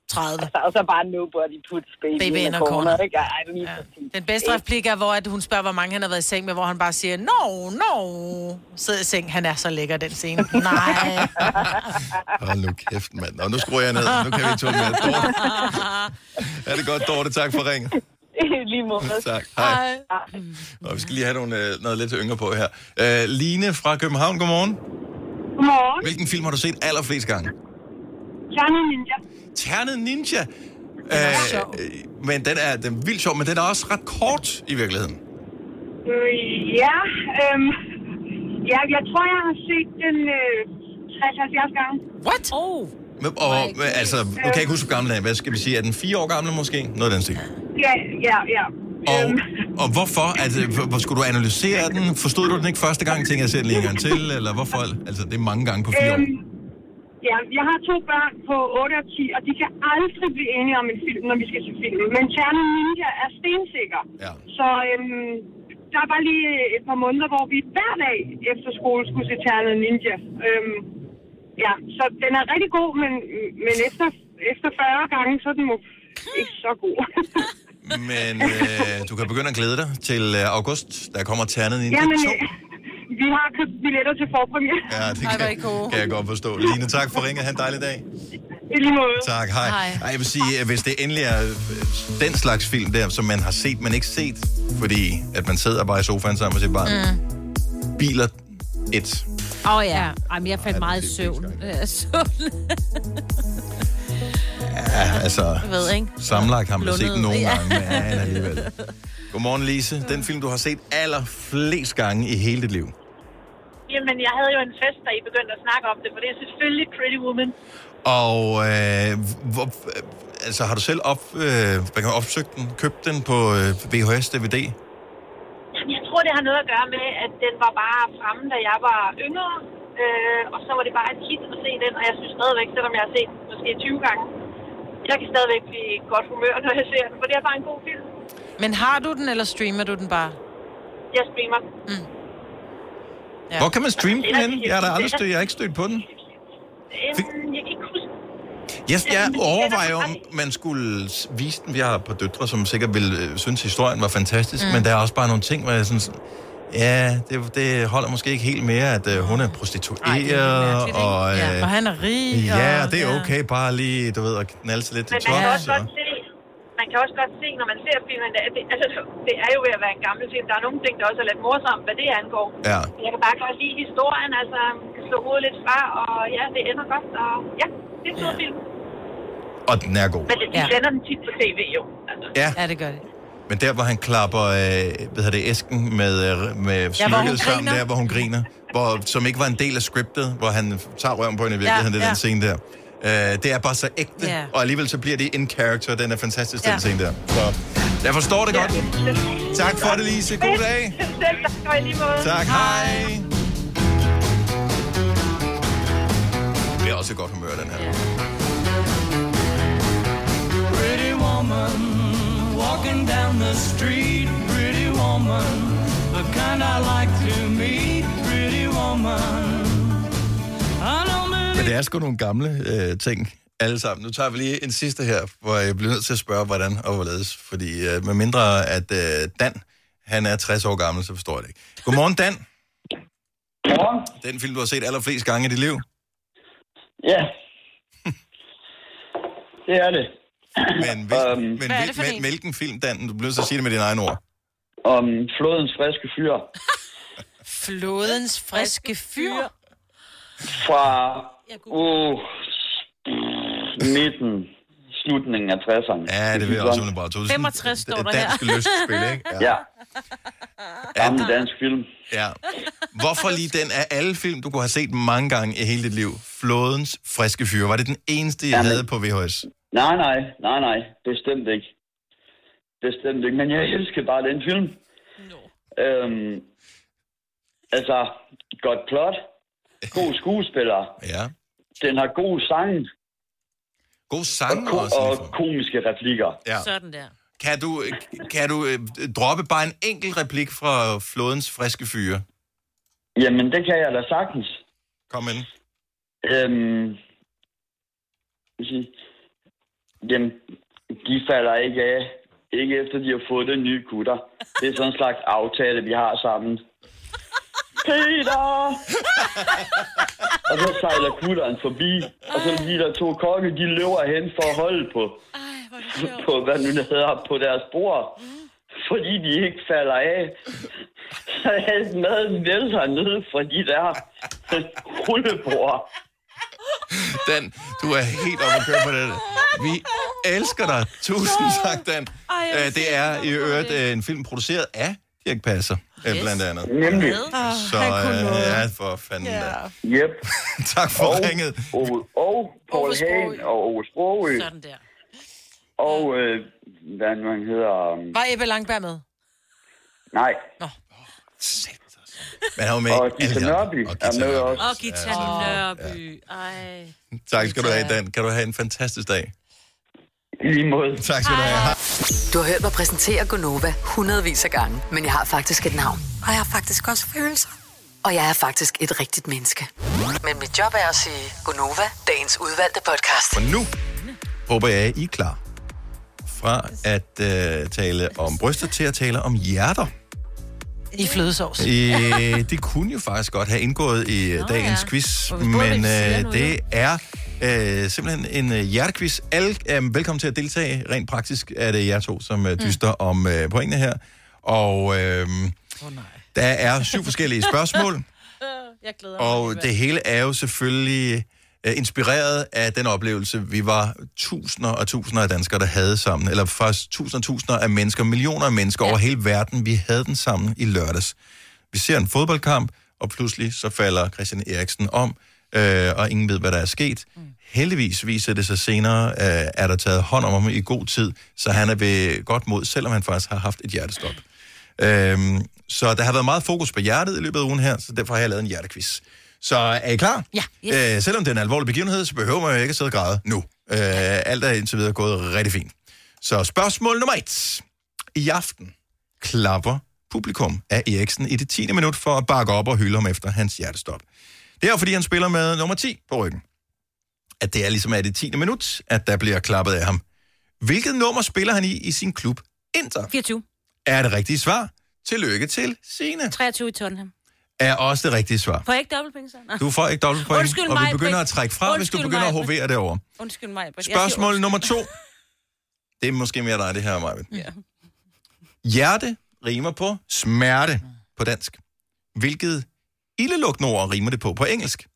B: 30.
S: Altså, og så bare nobody puts baby,
B: Baby
S: in
B: in
S: a
B: a
S: corner.
B: corner.
S: Ikke? Ej, lige ja.
B: Den bedste replik er, hvor at hun spørger, hvor mange han har været i seng med, hvor han bare siger, no, no, sidder i seng, han er så lækker, den scene. Nej.
A: Hold nu kæft, mand. Og nu skruer jeg ned. Nu kan vi tåle med. Dorte. Er det godt, Dorte? Tak for ringen.
S: lige måde.
A: Tak. Hej. Og vi skal lige have nogle, øh, noget lidt yngre på her. Øh, Line fra København, godmorgen.
S: Godmorgen.
A: Hvilken film har du set allerflest gange?
S: Ternet Ninja.
A: Ternet Ninja. Øh, øh, men den er, den er vildt sjov, men den er også ret kort i virkeligheden.
S: Øh, ja, øhm, ja, jeg tror, jeg har set den øh, 60-70 gange.
B: What?
S: Oh.
A: Men, og, men, altså, nu kan jeg ikke huske, hvor gammel den er. Hvad skal vi sige? Er den fire år gammel måske? Noget af den stil.
S: Ja, ja, ja.
A: Og, og hvorfor? Altså, hvor- hvor skulle du analysere den? Forstod du den ikke første gang? Tænkte jeg, jeg ser den lige en gang til? Eller hvorfor? Altså, det er mange gange på fire år.
S: Øhm, Ja, jeg har to børn på 8 og 10, og de kan aldrig blive enige om en film, når vi skal se film. Men Ternet Ninja er stensikker.
A: Ja.
S: Så øhm, der var lige et par måneder, hvor vi hver dag efter skole skulle se Ternet Ninja. Øhm, ja, så den er rigtig god, men, men efter, efter 40 gange, så er den jo ikke så god.
A: Men øh, du kan begynde at glæde dig til øh, august. Der kommer Ternet Ninja
S: Jamen,
A: 2.
S: øh, vi har købt billetter til forpremiere.
A: Ja, det kan, kan jeg godt forstå. Line, tak for ringet. Ha' en dejlig dag.
S: I lige måde.
A: Tak, hej.
S: Hej.
A: hej. Ej, jeg vil sige, at hvis det endelig er øh, den slags film der, som man har set, men ikke set, fordi at man sidder bare i sofaen sammen med sit barn. Mm. Biler 1.
C: Åh oh, ja, Jamen, jeg faldt meget i søvn. Øh, søvn.
A: Ja, altså,
C: Jeg ved, ikke?
A: sammenlagt har man
C: Lundet,
A: set nogle
C: ja.
A: gange, men alligevel. Godmorgen, Lise. Den film, du har set allerflest gange i hele dit liv.
U: Jamen, jeg havde jo en fest, da I begyndte at snakke om det, for det er selvfølgelig Pretty Woman.
A: Og øh, hvor, øh, altså, har du selv op, øh, hvad kan man, opsøgt den, købt den på øh, VHS, DVD?
U: Jamen, jeg tror, det har noget at gøre med, at den var bare fremme, da jeg var yngre. Øh, og så var det bare et hit at se den, og jeg synes stadigvæk, selvom jeg har set den måske 20 gange, jeg kan stadigvæk blive i godt humør, når jeg ser den, for det er bare en god film.
B: Men har du den, eller streamer du den bare?
U: jeg streamer.
A: Ja. Hvor kan man streame den
U: Eller
A: hen?
U: de-
A: Jeg har da aldrig stødt, jeg har ikke stødt på den.
U: Øhm, jeg kan ikke huske,
A: Jeg, jeg overvejer, om man skulle s- vise den. Vi har et par døtre, som sikkert ville øh, synes, historien var fantastisk,
U: Mm.
A: mm. men der er også bare nogle ting, hvor jeg synes, ja, det, det holder måske ikke helt mere, at øh, hun er prostitueret, og... Øh,
B: Ja, og han er rig.
A: Ja,
B: og,
A: det er okay bare lige, du ved, at knalde sig lidt til
U: Men man kan,
A: tops.
U: også godt se, man kan også godt se, når man ser filmen, at det, altså, det er jo ved at være en gammel film. Der er nogle ting, der også er lidt morsomme, hvad det angår.
A: Ja.
U: Jeg kan bare godt lide historien, altså kan slå hovedet lidt fra, og ja, det ender godt, og ja, det er en fed film.
A: Og, og den er god.
U: Men det, de sender den tit på tv, jo. Altså.
A: Ja.
B: ja, det gør det.
A: Men der, hvor han klapper øh, hvad hedder det, æsken med, øh, med
B: Ja, hvor hun
A: smykket ja, sammen,
B: griner.
A: der hvor hun griner, hvor, som ikke var en del af scriptet, hvor han tager røven på hende i virkeligheden,
B: Ja,
A: det er
B: ja.
A: den scene der. Øh, det er bare så ægte,
B: Ja.
A: og alligevel så bliver det in character, den er fantastisk, den
U: Ja.
A: scene der. Så jeg forstår det godt. Tak for det, Lise. God dag.
U: Selv tak, og i lige måde.
A: Tak, hej. Det er også i godt humør, den her.
O: Pretty woman, walking down the street. Pretty woman, the kind I like to meet. Pretty woman, I don't believe
A: Men det er sgu nogle gamle øh, ting, alle sammen. Nu tager vi lige en sidste her, hvor jeg bliver nødt til at spørge, hvordan og hvorledes. Fordi øh, med mindre at øh, Dan, han er 60 år gammel, så forstår jeg det ikke. Godmorgen, Dan. Godmorgen. Den film, du har set allerflest gange i dit liv.
E: Ja. det er det. Øhm,
A: Men, hvil, um, men, hvil, men hvilken film, Dan? Du bliver nødt til at sige det med dine egne ord.
E: Om flodens friske fyr
B: Flodens friske fyr.
E: fra uh, midten, slutningen af 60'erne.
A: Ja, det vil jeg også bare tro.
C: 65 står der her.
E: dansk
A: lystspil, ikke?
E: Ja. ja. Gammel dansk film.
A: Ja. Hvorfor lige den af alle film, du kunne have set mange gange i hele dit liv? Flådens friske fyre. Var det den eneste, jeg
E: Jamen.
A: havde på VHS?
E: Nej, nej, nej, nej. Bestemt ikke. Bestemt ikke, men jeg elsker bare den film. No. Øhm, altså, godt plot. God skuespiller.
A: Ja.
E: Den har god sang.
A: God sang
E: og, ko-
A: også,
E: Og komiske replikker.
A: Ja.
C: Sådan der.
A: Kan du, kan du øh, droppe bare en enkelt replik fra Flådens friske fyre?
E: Jamen, det kan jeg da sagtens.
A: Kom ind.
E: Øhm, skal vi sige, jamen, de falder ikke af. Ikke efter de har fået den nye gutter. Det er sådan en slags aftale, vi har sammen. Peter! Og så sejler gutteren forbi, og så de der to kokke, de løber hen for at holde på, på hvad nu det hedder, på deres bord. Fordi de ikke falder af. Så alt maden vælter ned fra de der rullebord.
A: Dan, du er helt oppe at køre på det. Vi elsker dig. Tusind tak, Dan.
E: Ej,
A: Øh, Det er i øvrigt øh, en film produceret af Dirk Passer, yes. blandt andet.
E: Nemlig.
A: Så øh, ja, for fanden da.
E: Yep.
A: tak for
E: og,
A: ringet.
E: Og, og Paul Hagen og Ove Sprogø.
B: Sådan der.
E: Og øh, hvad nu han hedder... Um,
B: Var Ebbe Langberg med?
E: nej.
A: Men han var med
E: og
A: i
E: Gita
A: alle de
E: Nørby
A: andre. Og
E: er
A: Gita
E: med
A: Nørby.
E: også.
C: Og Gita
E: Ja.
C: Nørby. Ej.
A: Tak skal du have, Dan. Kan du have en fantastisk dag.
E: I lige måde.
A: Tak skal du have. Hej.
D: Du har hørt mig præsentere Gonova hundredvis af gange, men jeg har faktisk et navn.
F: Og jeg har faktisk også følelser.
D: Og jeg er faktisk et rigtigt menneske. Men mit job er at sige Gonova, dagens udvalgte podcast.
A: Og nu håber jeg, I er klar fra at øh, tale om bryster til at tale om hjerter.
B: I flødesovs.
A: Øh, det kunne jo faktisk godt have indgået i øh, dagens ja. quiz, men øh, det er øh, simpelthen en øh, hjertequiz. Alle øh, velkommen til at deltage. Rent praktisk er det jer to, som øh, dyster mm. om øh, pointene her. Og øh, oh, der er syv forskellige spørgsmål.
C: Jeg glæder mig.
A: Og det hele er jo selvfølgelig øh, inspireret af den oplevelse, vi var tusinder og tusinder af danskere, der havde sammen. Eller faktisk tusinder og tusinder af mennesker, millioner af mennesker ja. over hele verden. Vi havde den sammen i lørdags. Vi ser en fodboldkamp, og pludselig så falder Christian Eriksen om, øh, og ingen ved, hvad der er sket. Mm. Heldigvis viser det sig senere, øh, er der taget hånd om ham i god tid, så han er ved godt mod, selvom han faktisk har haft et hjertestop. Øhm, så der har været meget fokus på hjertet i løbet af ugen her, så derfor har jeg lavet en hjertequiz. Så er I klar?
C: Ja.
A: Yes. Øh, selvom det er en alvorlig begivenhed, så behøver man jo ikke at sidde og græde nu. Øh, alt er indtil videre gået rigtig fint. Så spørgsmål nummer et. I aften klapper publikum af Eriksen i det 10. minut for at bakke op og hylde ham efter hans hjertestop. Det er jo, fordi han spiller med nummer 10 på ryggen. At det er ligesom af det 10. minut, at der bliver klappet af ham. Hvilket nummer spiller han i i sin klub Inter?
C: 24.
A: Er det rigtige svar? Tillykke til. Sine.
C: 23 i Tottenham.
A: Er også det rigtige svar.
C: Får jeg ikke dobbeltpenge så? Nå.
A: Du får ikke dobbeltpoint,
C: Undskyld
A: og vi
C: mig,
A: begynder
C: Britt.
A: at trække fra, hvis du
C: Undskyld
A: begynder at
C: mig, Britt.
A: hovere derovre.
C: Undskyld mig, Britt. Jeg siger
A: Spørgsmål nummer to. Det er måske mere dig, det her, Marvind.
C: Ja.
A: Hjerte rimer på smerte på dansk. Hvilket ildelugtende ord rimer det på på engelsk?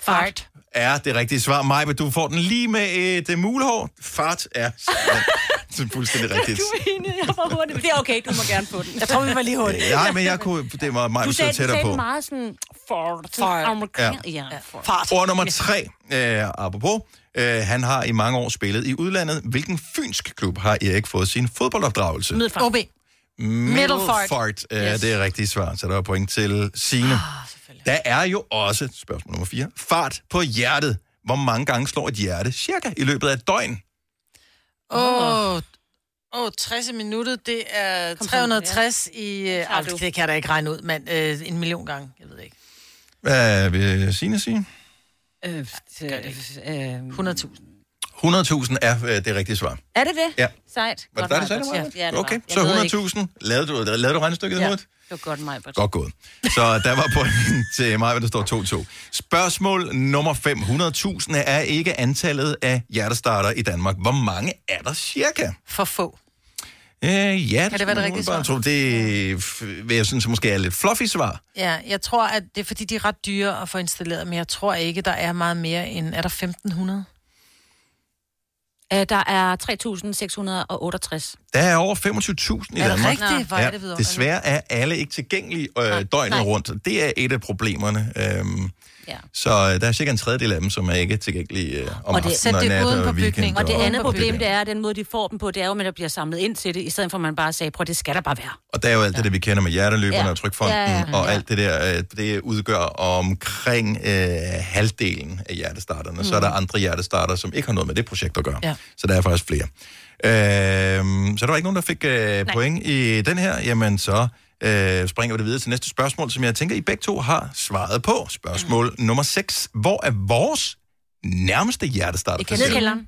B: Fart.
A: Er det rigtige svar, Maja, du får den lige med et uh, mulehår. Fart er simpelthen- det er fuldstændig rigtigt.
C: Du er enig, jeg var hurtig. Det er okay, du må gerne få den. Jeg tror, vi var lige hurtige.
A: Nej, men jeg kunne, det var mig,
C: du
A: vi
C: sagde,
A: stod
C: du
A: tættere
C: sagde
A: på.
C: den meget sådan... Fart.
A: Fart.
C: Amerikan- Ja. Fart.
A: Ord nummer tre, øh, apropos, øh, han har i mange år spillet i udlandet. Hvilken fynsk klub har Erik fået sin fodboldopdragelse?
B: Middelfart. OB. Middelfart.
A: Middelfart øh,
B: Yes.
A: yes. det er rigtige svar, så der er point til Signe. Ah, der er jo også, spørgsmål nummer 4, fart på hjertet. Hvor mange gange slår et hjerte cirka i løbet af et døgn?
B: Åh, oh, oh, 60 minutter, det er 360 i... Øh, ej, det kan jeg da ikke regne ud, men øh, en million gange. Jeg ved det ikke.
A: Hvad vil Signe sige?
C: Øh, øh, 100.000.
A: 100.000 er øh, det rigtige svar.
C: Er det det?
A: Ja.
C: Sejt.
A: Var
C: Godt,
A: det dig, der sagde det?
C: Maj-Brit.
A: Maja?
C: Ja, det var.
A: Okay,
C: Jeg
A: så
C: ved ikke.
A: 100.000. Lavede du, lavede du regnestykket i
C: Ja.
A: hovedet?
C: Det var godt, Majbert.
A: Godt gået. Så der var point til mig, hvor der står 2-2. Spørgsmål nummer 5. 100.000 er ikke antallet af hjertestarter i Danmark. Hvor mange er der cirka?
B: For få.
A: Øh, ja,
B: Kan det være det rigtige
A: svar? Tro, det f- vil jeg synes måske er lidt fluffy svar.
B: Ja, jeg tror, at det er fordi, de er ret dyre at få installeret, men jeg tror ikke, der er meget mere end... Er der 1500?
C: Øh, Der er 3.668.
A: Der er over 25.000 i
C: Er det
A: Danmark.
C: rigtigt? Hvor er det vidunderligt.
A: desværre er alle ikke tilgængelige øh, døgnet
C: nej.
A: rundt. Det er et af problemerne. Øhm,
C: Ja.
A: Så øh, der er cirka en tredjedel af dem, som er ikke tilgængelige øh, om
C: Og det,
A: aftenen og natten og weekenden.
C: Og det andet problem, det er, at den måde, de får dem på, det er jo, at der bliver samlet ind til det, i stedet for, at man bare sagde, prøv, det skal der bare være.
A: Og der er jo alt det, det vi kender med hjerteløberne
C: Ja.
A: og trykfonden
C: Ja, ja, ja.
A: og alt det der, øh, det udgør omkring øh, halvdelen af hjertestarterne. Så er der
C: Mm.
A: andre hjertestarter, som ikke har noget med det projekt at gøre.
B: Ja.
A: Så der er faktisk flere. Øhm, så der var ikke nogen, der fik øh, point i den her. Jamen så øh, springer vi det videre til næste spørgsmål, som jeg tænker, I begge to har svaret på. Spørgsmål mm. nummer 6. Hvor er vores nærmeste hjertestarter? placeret?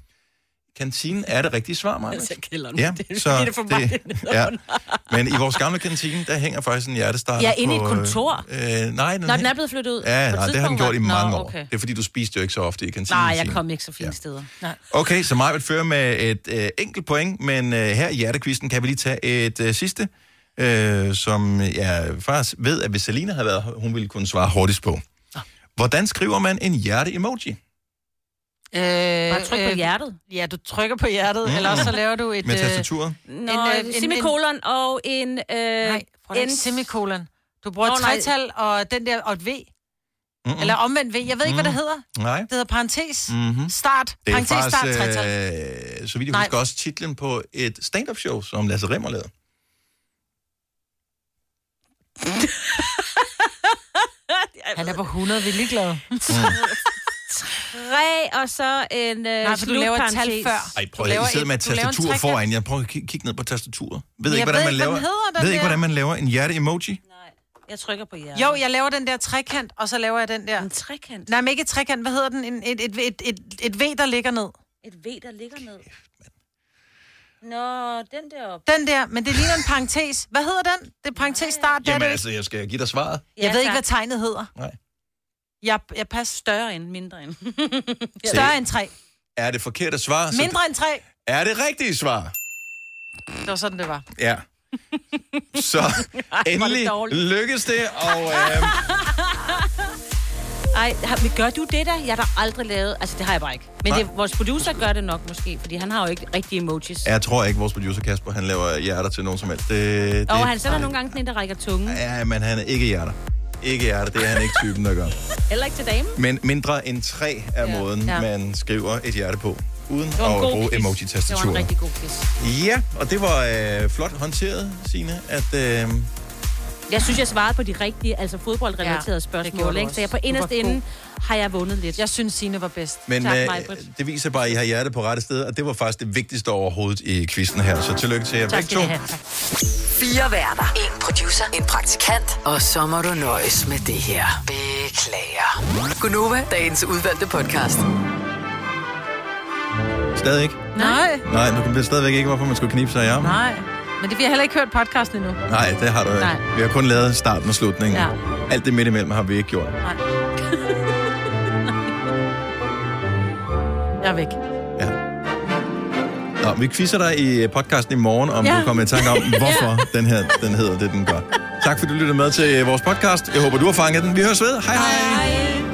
A: Kantinen er det rigtige svar, Maja.
C: Altså, kælderen.
A: Ja,
C: Det er-
A: så
C: det er for mig, det er
A: ja. Men i vores gamle kantine, der hænger faktisk en hjertestarter
C: Ja, inde i et
A: på,
C: kontor.
A: Øh, øh, nej, den,
C: Når den er blevet flyttet ud.
A: Ja,
C: På et
A: nej, det har den
C: tidspunkt,
A: gjort i
C: var-
A: mange
C: Nå,
A: år.
C: okay.
A: Det er fordi, du spiste jo ikke så ofte i kantinen.
C: Nej, jeg
A: Signe.
C: kom ikke så fine steder. Nej.
A: Okay, så mig vil føre med et øh, enkelt point, men øh, her i hjertekvisten kan vi lige tage et øh, sidste, øh, som jeg faktisk ved, at hvis Selina havde været her, hun ville kunne svare hurtigst på.
B: Ah.
A: Hvordan skriver man en hjerte-emoji?
B: Øh,
C: Bare tryk på
B: øh,
C: hjertet.
B: Ja, du trykker på hjertet,
A: Mm.
B: mm. eller også så laver du et...
A: Med
B: øh,
A: tastaturet?
C: Nå, en, semikolon og en... Øh, nej,
B: prøv en semikolon. Du bruger
C: Nå,
B: et
C: nej.
B: tretal og, den der, og et V. Mm-mm. Eller omvendt V. Jeg ved ikke, hvad det
A: Mm.
B: hedder.
A: Nej.
B: Det hedder parentes.
A: Mhm.
B: Start.
A: Det er
B: parentes, start,
A: faktisk,
B: tretal.
A: øh, så vidt jeg
B: Nej.
A: husker, også titlen på et stand-up show, som Lasse Remmer lavede.
B: Han er på 100, vi er ligeglade.
C: Tre, og så en øh,
B: Nej, for du laver et tal
C: slutparentes.
B: før.
A: Ej,
B: Du
A: prøv at høre,
B: laver
A: I sidder
B: et-
A: med et
B: du laver en
A: tastatur
B: trekant.
A: foran. Jeg prøver at kigge, kigge ned på tastaturet. Ved
B: Jeg
A: ikke, hvordan
B: ved
A: man
B: ikke, hvad
A: laver,
B: den hedder, den
A: ved ikke,
B: der.
A: hvordan man laver en hjerte-emoji.
C: Jeg trykker på hjertet.
B: Jo, jeg laver den der trekant, og så laver jeg den der. En
C: trekant?
B: Nej, men ikke et trekant. Hvad hedder den? En, et, et, et, et, et V, der ligger ned.
C: Et V, der ligger ned. Nå, den der op.
B: Den der, men det ligner en parentes. Hvad hedder den? Det er parentes start. Der er
A: Jamen øh,
B: det ikke.
A: altså, jeg skal give dig svaret.
B: Jeg ved ikke, hvad tegnet hedder.
A: Nej.
B: Jeg, jeg passer
C: større end, mindre end.
B: større end tre.
A: Er det forkerte svar? Ah, så-
B: Mindre end tre.
A: Er det rigtige svar?
B: Det var sådan, det var.
A: Ja. Så endelig
C: dårligt.
A: lykkedes det, og øh,
C: Ej, har- men gør du det der? Jeg har da aldrig lavet... Altså, det har jeg bare ikke. Men det, vores producer gør det nok måske, fordi han har jo ikke rigtige emojis.
A: jeg tror ikke, vores producer Kasper, han laver hjerter til nogen som helst. Det, det,
C: Og han sender nogle gange sådan en, der rækker tungen.
A: Ja, men han er ikke hjerter. Ikke hjerter, det er han ikke typen, der gør.
C: Heller ikke til damen.
A: Men mindre end tre er
C: Ja.
A: ja. måden,
C: Ja.
A: ja. man skriver et hjerte på, uden at
C: Det var en god
A: bruge
C: quiz. Det var en
A: emoji-tastaturet.
C: rigtig god quiz.
A: Ja, og det var øh, flot håndteret, Signe, at øh,
C: Jeg synes, jeg svarede på de rigtige, altså fodboldrelaterede
B: Ja,
C: ja,
B: det gjorde
C: spørgsmål,
B: du
C: ikke?
B: også.
C: Så jeg på
B: Du
C: inderst
B: var god.
C: inde har jeg vundet lidt. Jeg synes, Signe var bedst.
A: Men
C: tak,
A: øh,
C: Maj-Brit.
A: det viser bare, at I har hjertet på rette sted, og det var faktisk det vigtigste overhovedet i quizzen her. Så tillykke til jer
D: Tak
A: begge
D: skal
A: to.
D: I have. Fire værter. En producer. En praktikant. Og så må du nøjes med det her. Beklager. Gunova, dagens udvalgte podcast.
A: Stadig ikke?
B: Nej.
A: Nej, du kan stadigvæk ikke, hvorfor man skulle knibe sig i armen.
B: Nej. Men det, vi har heller ikke hørt podcasten endnu.
A: Nej, det har du ikke.
B: Nej.
A: Vi har kun lavet starten og slutningen.
B: Ja.
A: Alt det midt imellem har vi ikke gjort.
B: Nej. Jeg er væk.
A: Nå, vi quizzer dig i podcasten i morgen, om
B: Ja.
A: ja. du kommer i tanke om, hvorfor ja. den her den hedder det, den gør. Tak fordi du lyttede med til vores podcast. Jeg håber, du har fanget den. Vi høres ved. Hej hej. hej.